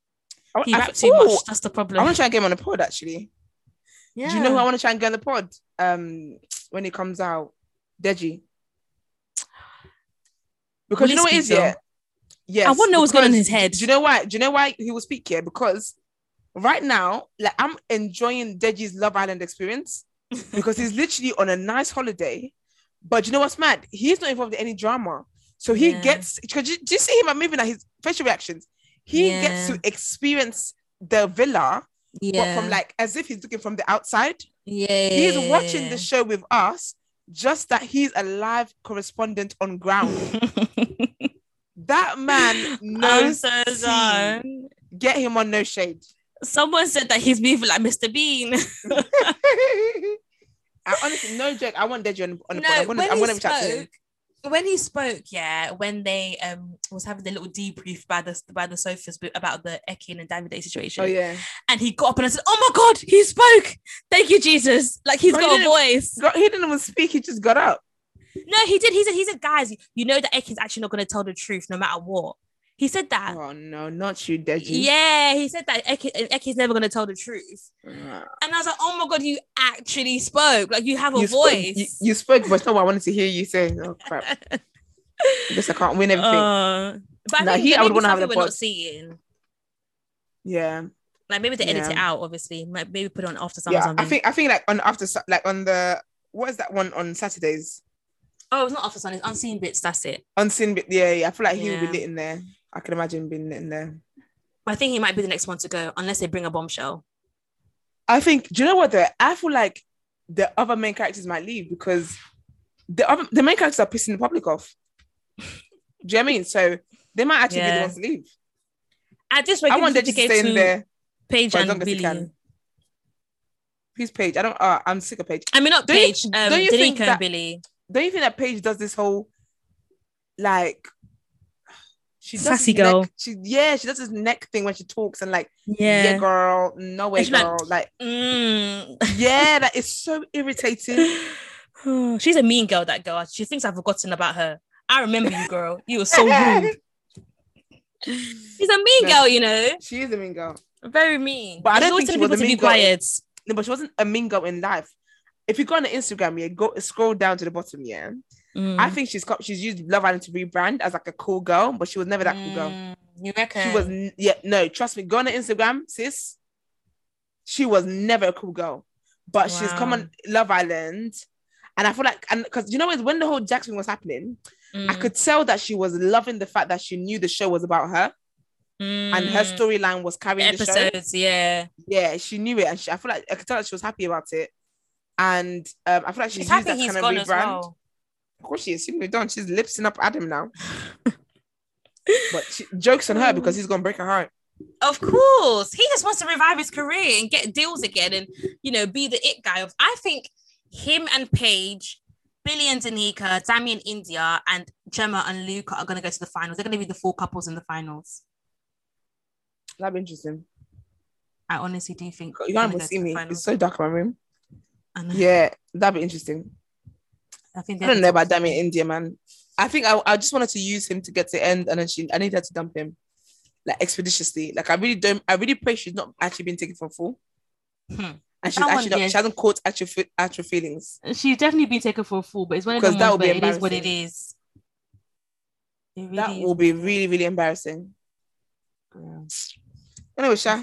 I,
he
I-
rapped too
Ooh,
much. That's the problem.
I want to try and get him on the pod actually.
yeah.
Do you know who I want to try and get on the pod? Um, when it comes out, Deji. Because
Will
you
he
know what it
speak,
is, yeah. Yes.
I wanna know what's going on in
because-
his head.
Do you know why? Do you know why he will speak here? Because right now, like I'm enjoying Deji's Love Island experience because he's literally on a nice holiday. But you know what's mad? He's not involved in any drama. So he
Yeah.
gets because you, do you see him I'm moving at his facial reactions? He gets
Yeah.
to experience the villa,
yeah.
but from like as if he's looking from the outside
yeah,
he's watching the show with us just that he's a live correspondent on ground that man
I'm
knows
so
tea.
done.
get him on no shade
Someone said that he's moving like Mr. Bean.
I honestly no joke I want Deji on, on the pod I'm gonna,
when
I'm
he
gonna reach out to him
spoke- When he spoke, yeah, when they um was having the little debrief by the by the sofas b- about the Ekin and Davide situation,
oh yeah
and he got up and I said, "Oh my God, he spoke! Thank you, Jesus! Like he's
No, he
got a
didn't.
voice."
God, he didn't even speak he just got up
No, he did. He said, "He said, guys, you know that Ekin's actually not going to tell the truth no matter what." He said that.
oh no not you Deji
Yeah, he said that Ekin, Ekin's never going to tell the truth.
Nah.
And I was like, oh my God, you actually spoke. Like, you have a
you spoke,
voice.
you, you spoke but it's not what I wanted to hear you say oh crap I guess I can't win everything
Uh, but I
Nah,
think
he-
there
I
may
would
be
wanna have
something
the
we're not
pod.
seeing.
yeah
Like, maybe they edit it
Yeah.
out, obviously. Like, maybe put it on after some or
yeah I
something.
think I think like on after Sa- like on the what is that one on Saturdays
oh, it's not after sun, it's unseen bits. That's it.
Unseen, bit- yeah, yeah. I feel like he would
Yeah.
be lit in there. I can imagine being lit in there.
But I think he might be the next one to go, unless they bring a bombshell.
I think. Do you know what? Though I feel like the other main characters might leave because the other the main characters are pissing the public off. Do you know what I mean? So they might actually be
Yeah.
the ones to leave.
At this rate,
I want them to
to go
stay in
to
there
Paige
for as
and
long as he
Billy.
can. Who's Paige? I don't. Uh, I'm sick of Paige.
I mean, not
Don't you-
Paige, um,
don't you think
Danica and
that-
Billy.
Don't you think that Paige does this whole like she does
Sassy
this neck-
girl.
she yeah, she does this neck thing when she talks and like yeah,
Yeah.
girl, no way,
And she's like,
girl, like
Mm.
yeah, that is so irritating.
Mm. She's a mean girl, that girl. She thinks I've forgotten about her. I remember you, girl. You were so rude. She's a mean
No.
girl, you know.
She is a mean girl.
Very mean.
But I
She's
don't
always
think
telling
she was
people
a
to be
mean girl.
quiet.
No, but she wasn't a mean girl in life. If you go on her Instagram, yeah, go scroll down to the bottom, yeah. I
Mm.
think she's co- she's used Love Island to rebrand as like a cool girl, but she was never that cool
Mm,
girl.
You reckon?
She was n- yeah, no, trust me, go on her Instagram, sis. She was never a cool girl. But she's come
Wow.
on Love Island. And I feel like and because you know when the whole Jackson was happening, I
Mm.
could tell that she was loving the fact that she knew the show was about her and her storyline was carrying the show.
mm. episodes. Yeah,
yeah, she knew it, and she, I feel like I could tell that she was happy about it. And um, I feel like she's
she's
used
happy
that
he's
kind of
gone
rebrand.
as well.
Of course, she is. She's done. She's
Mm.
lipsing up Adam now. but she, jokes on her because he's gonna break her heart.
Of course, he just wants to revive his career and get deals again, and you know, be the it guy. Of I think him and Paige, Billy and Danica, Damien India, and Gemma and Luca are going to go to the finals. They're going to be the four couples in the finals.
That'd be interesting.
I honestly do think
You
they're gonna
can't even
go to
see
the
me. It's
finals.
so dark in my room.
I know.
Yeah, that'd be interesting.
I think
I
they're
don't know about Damien India, man. I think I, I just wanted to use him to get to the end, and then she I need her to dump him, like expeditiously. Like I really don't. I really pray she's not actually been taken for full,
Hmm.
and she's
That one,
actually not,
yes.
she hasn't caught actual fe- actual feelings.
she's definitely been taken for a fool, but it's one of
Because
them
that
ones
would
where
be
it is what it is. It really
That
is
will be really really embarrassing.
real.
Anyway, Sha,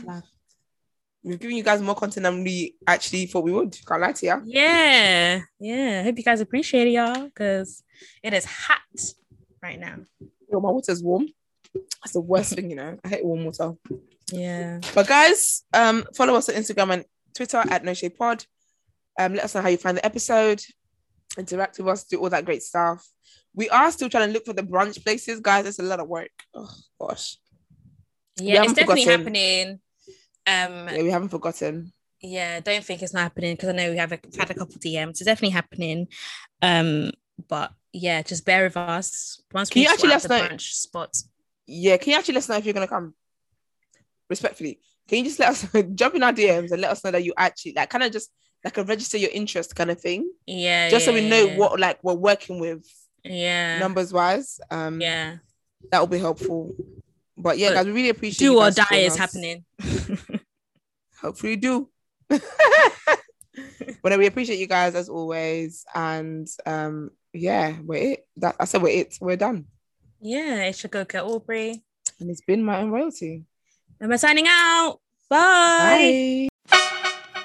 we've given you guys more content than we actually thought we would. Can't lie to ya.
Yeah, yeah. I hope you guys appreciate it, y'all, because it is hot right now.
Yo, my water's warm. That's the worst thing, you know. I hate warm water.
Yeah.
But guys, um, follow us on Instagram and Twitter at No Shade Pod. Um, let us know how you find the episode. Interact with us, do all that great stuff. We are still trying to look for the brunch places, guys. It's a lot of work. Oh gosh,
Yeah, it's
haven't
definitely
forgotten.
happening. Um,
yeah, we haven't forgotten.
yeah, don't think it's not happening because I know we have a, had a couple DMs. It's definitely happening. Um, but yeah, just bear with us. Once
Can
we
you actually
sort out
let us
the
know-
brunch spots.
Yeah, can you actually let us know if you're gonna come? Respectfully, can you just let us jump in our DMs and let us know that you actually like kind of just like a register your interest kind of thing,
Yeah,
just so
yeah,
we know
yeah.
what like we're working with
Yeah.
numbers wise. Um,
yeah.
that will be helpful. But yeah,
But
guys, we really appreciate
Do
you
or
guys
die
joining
is
us.
happening.
Hopefully, you do. but no, we appreciate you guys as always, and um, yeah, we're it. That I said we're it. We're done,
yeah, it's your go girl Aubrey.
and it's been my own royalty.
And we're signing out. Bye.
Bye.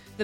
the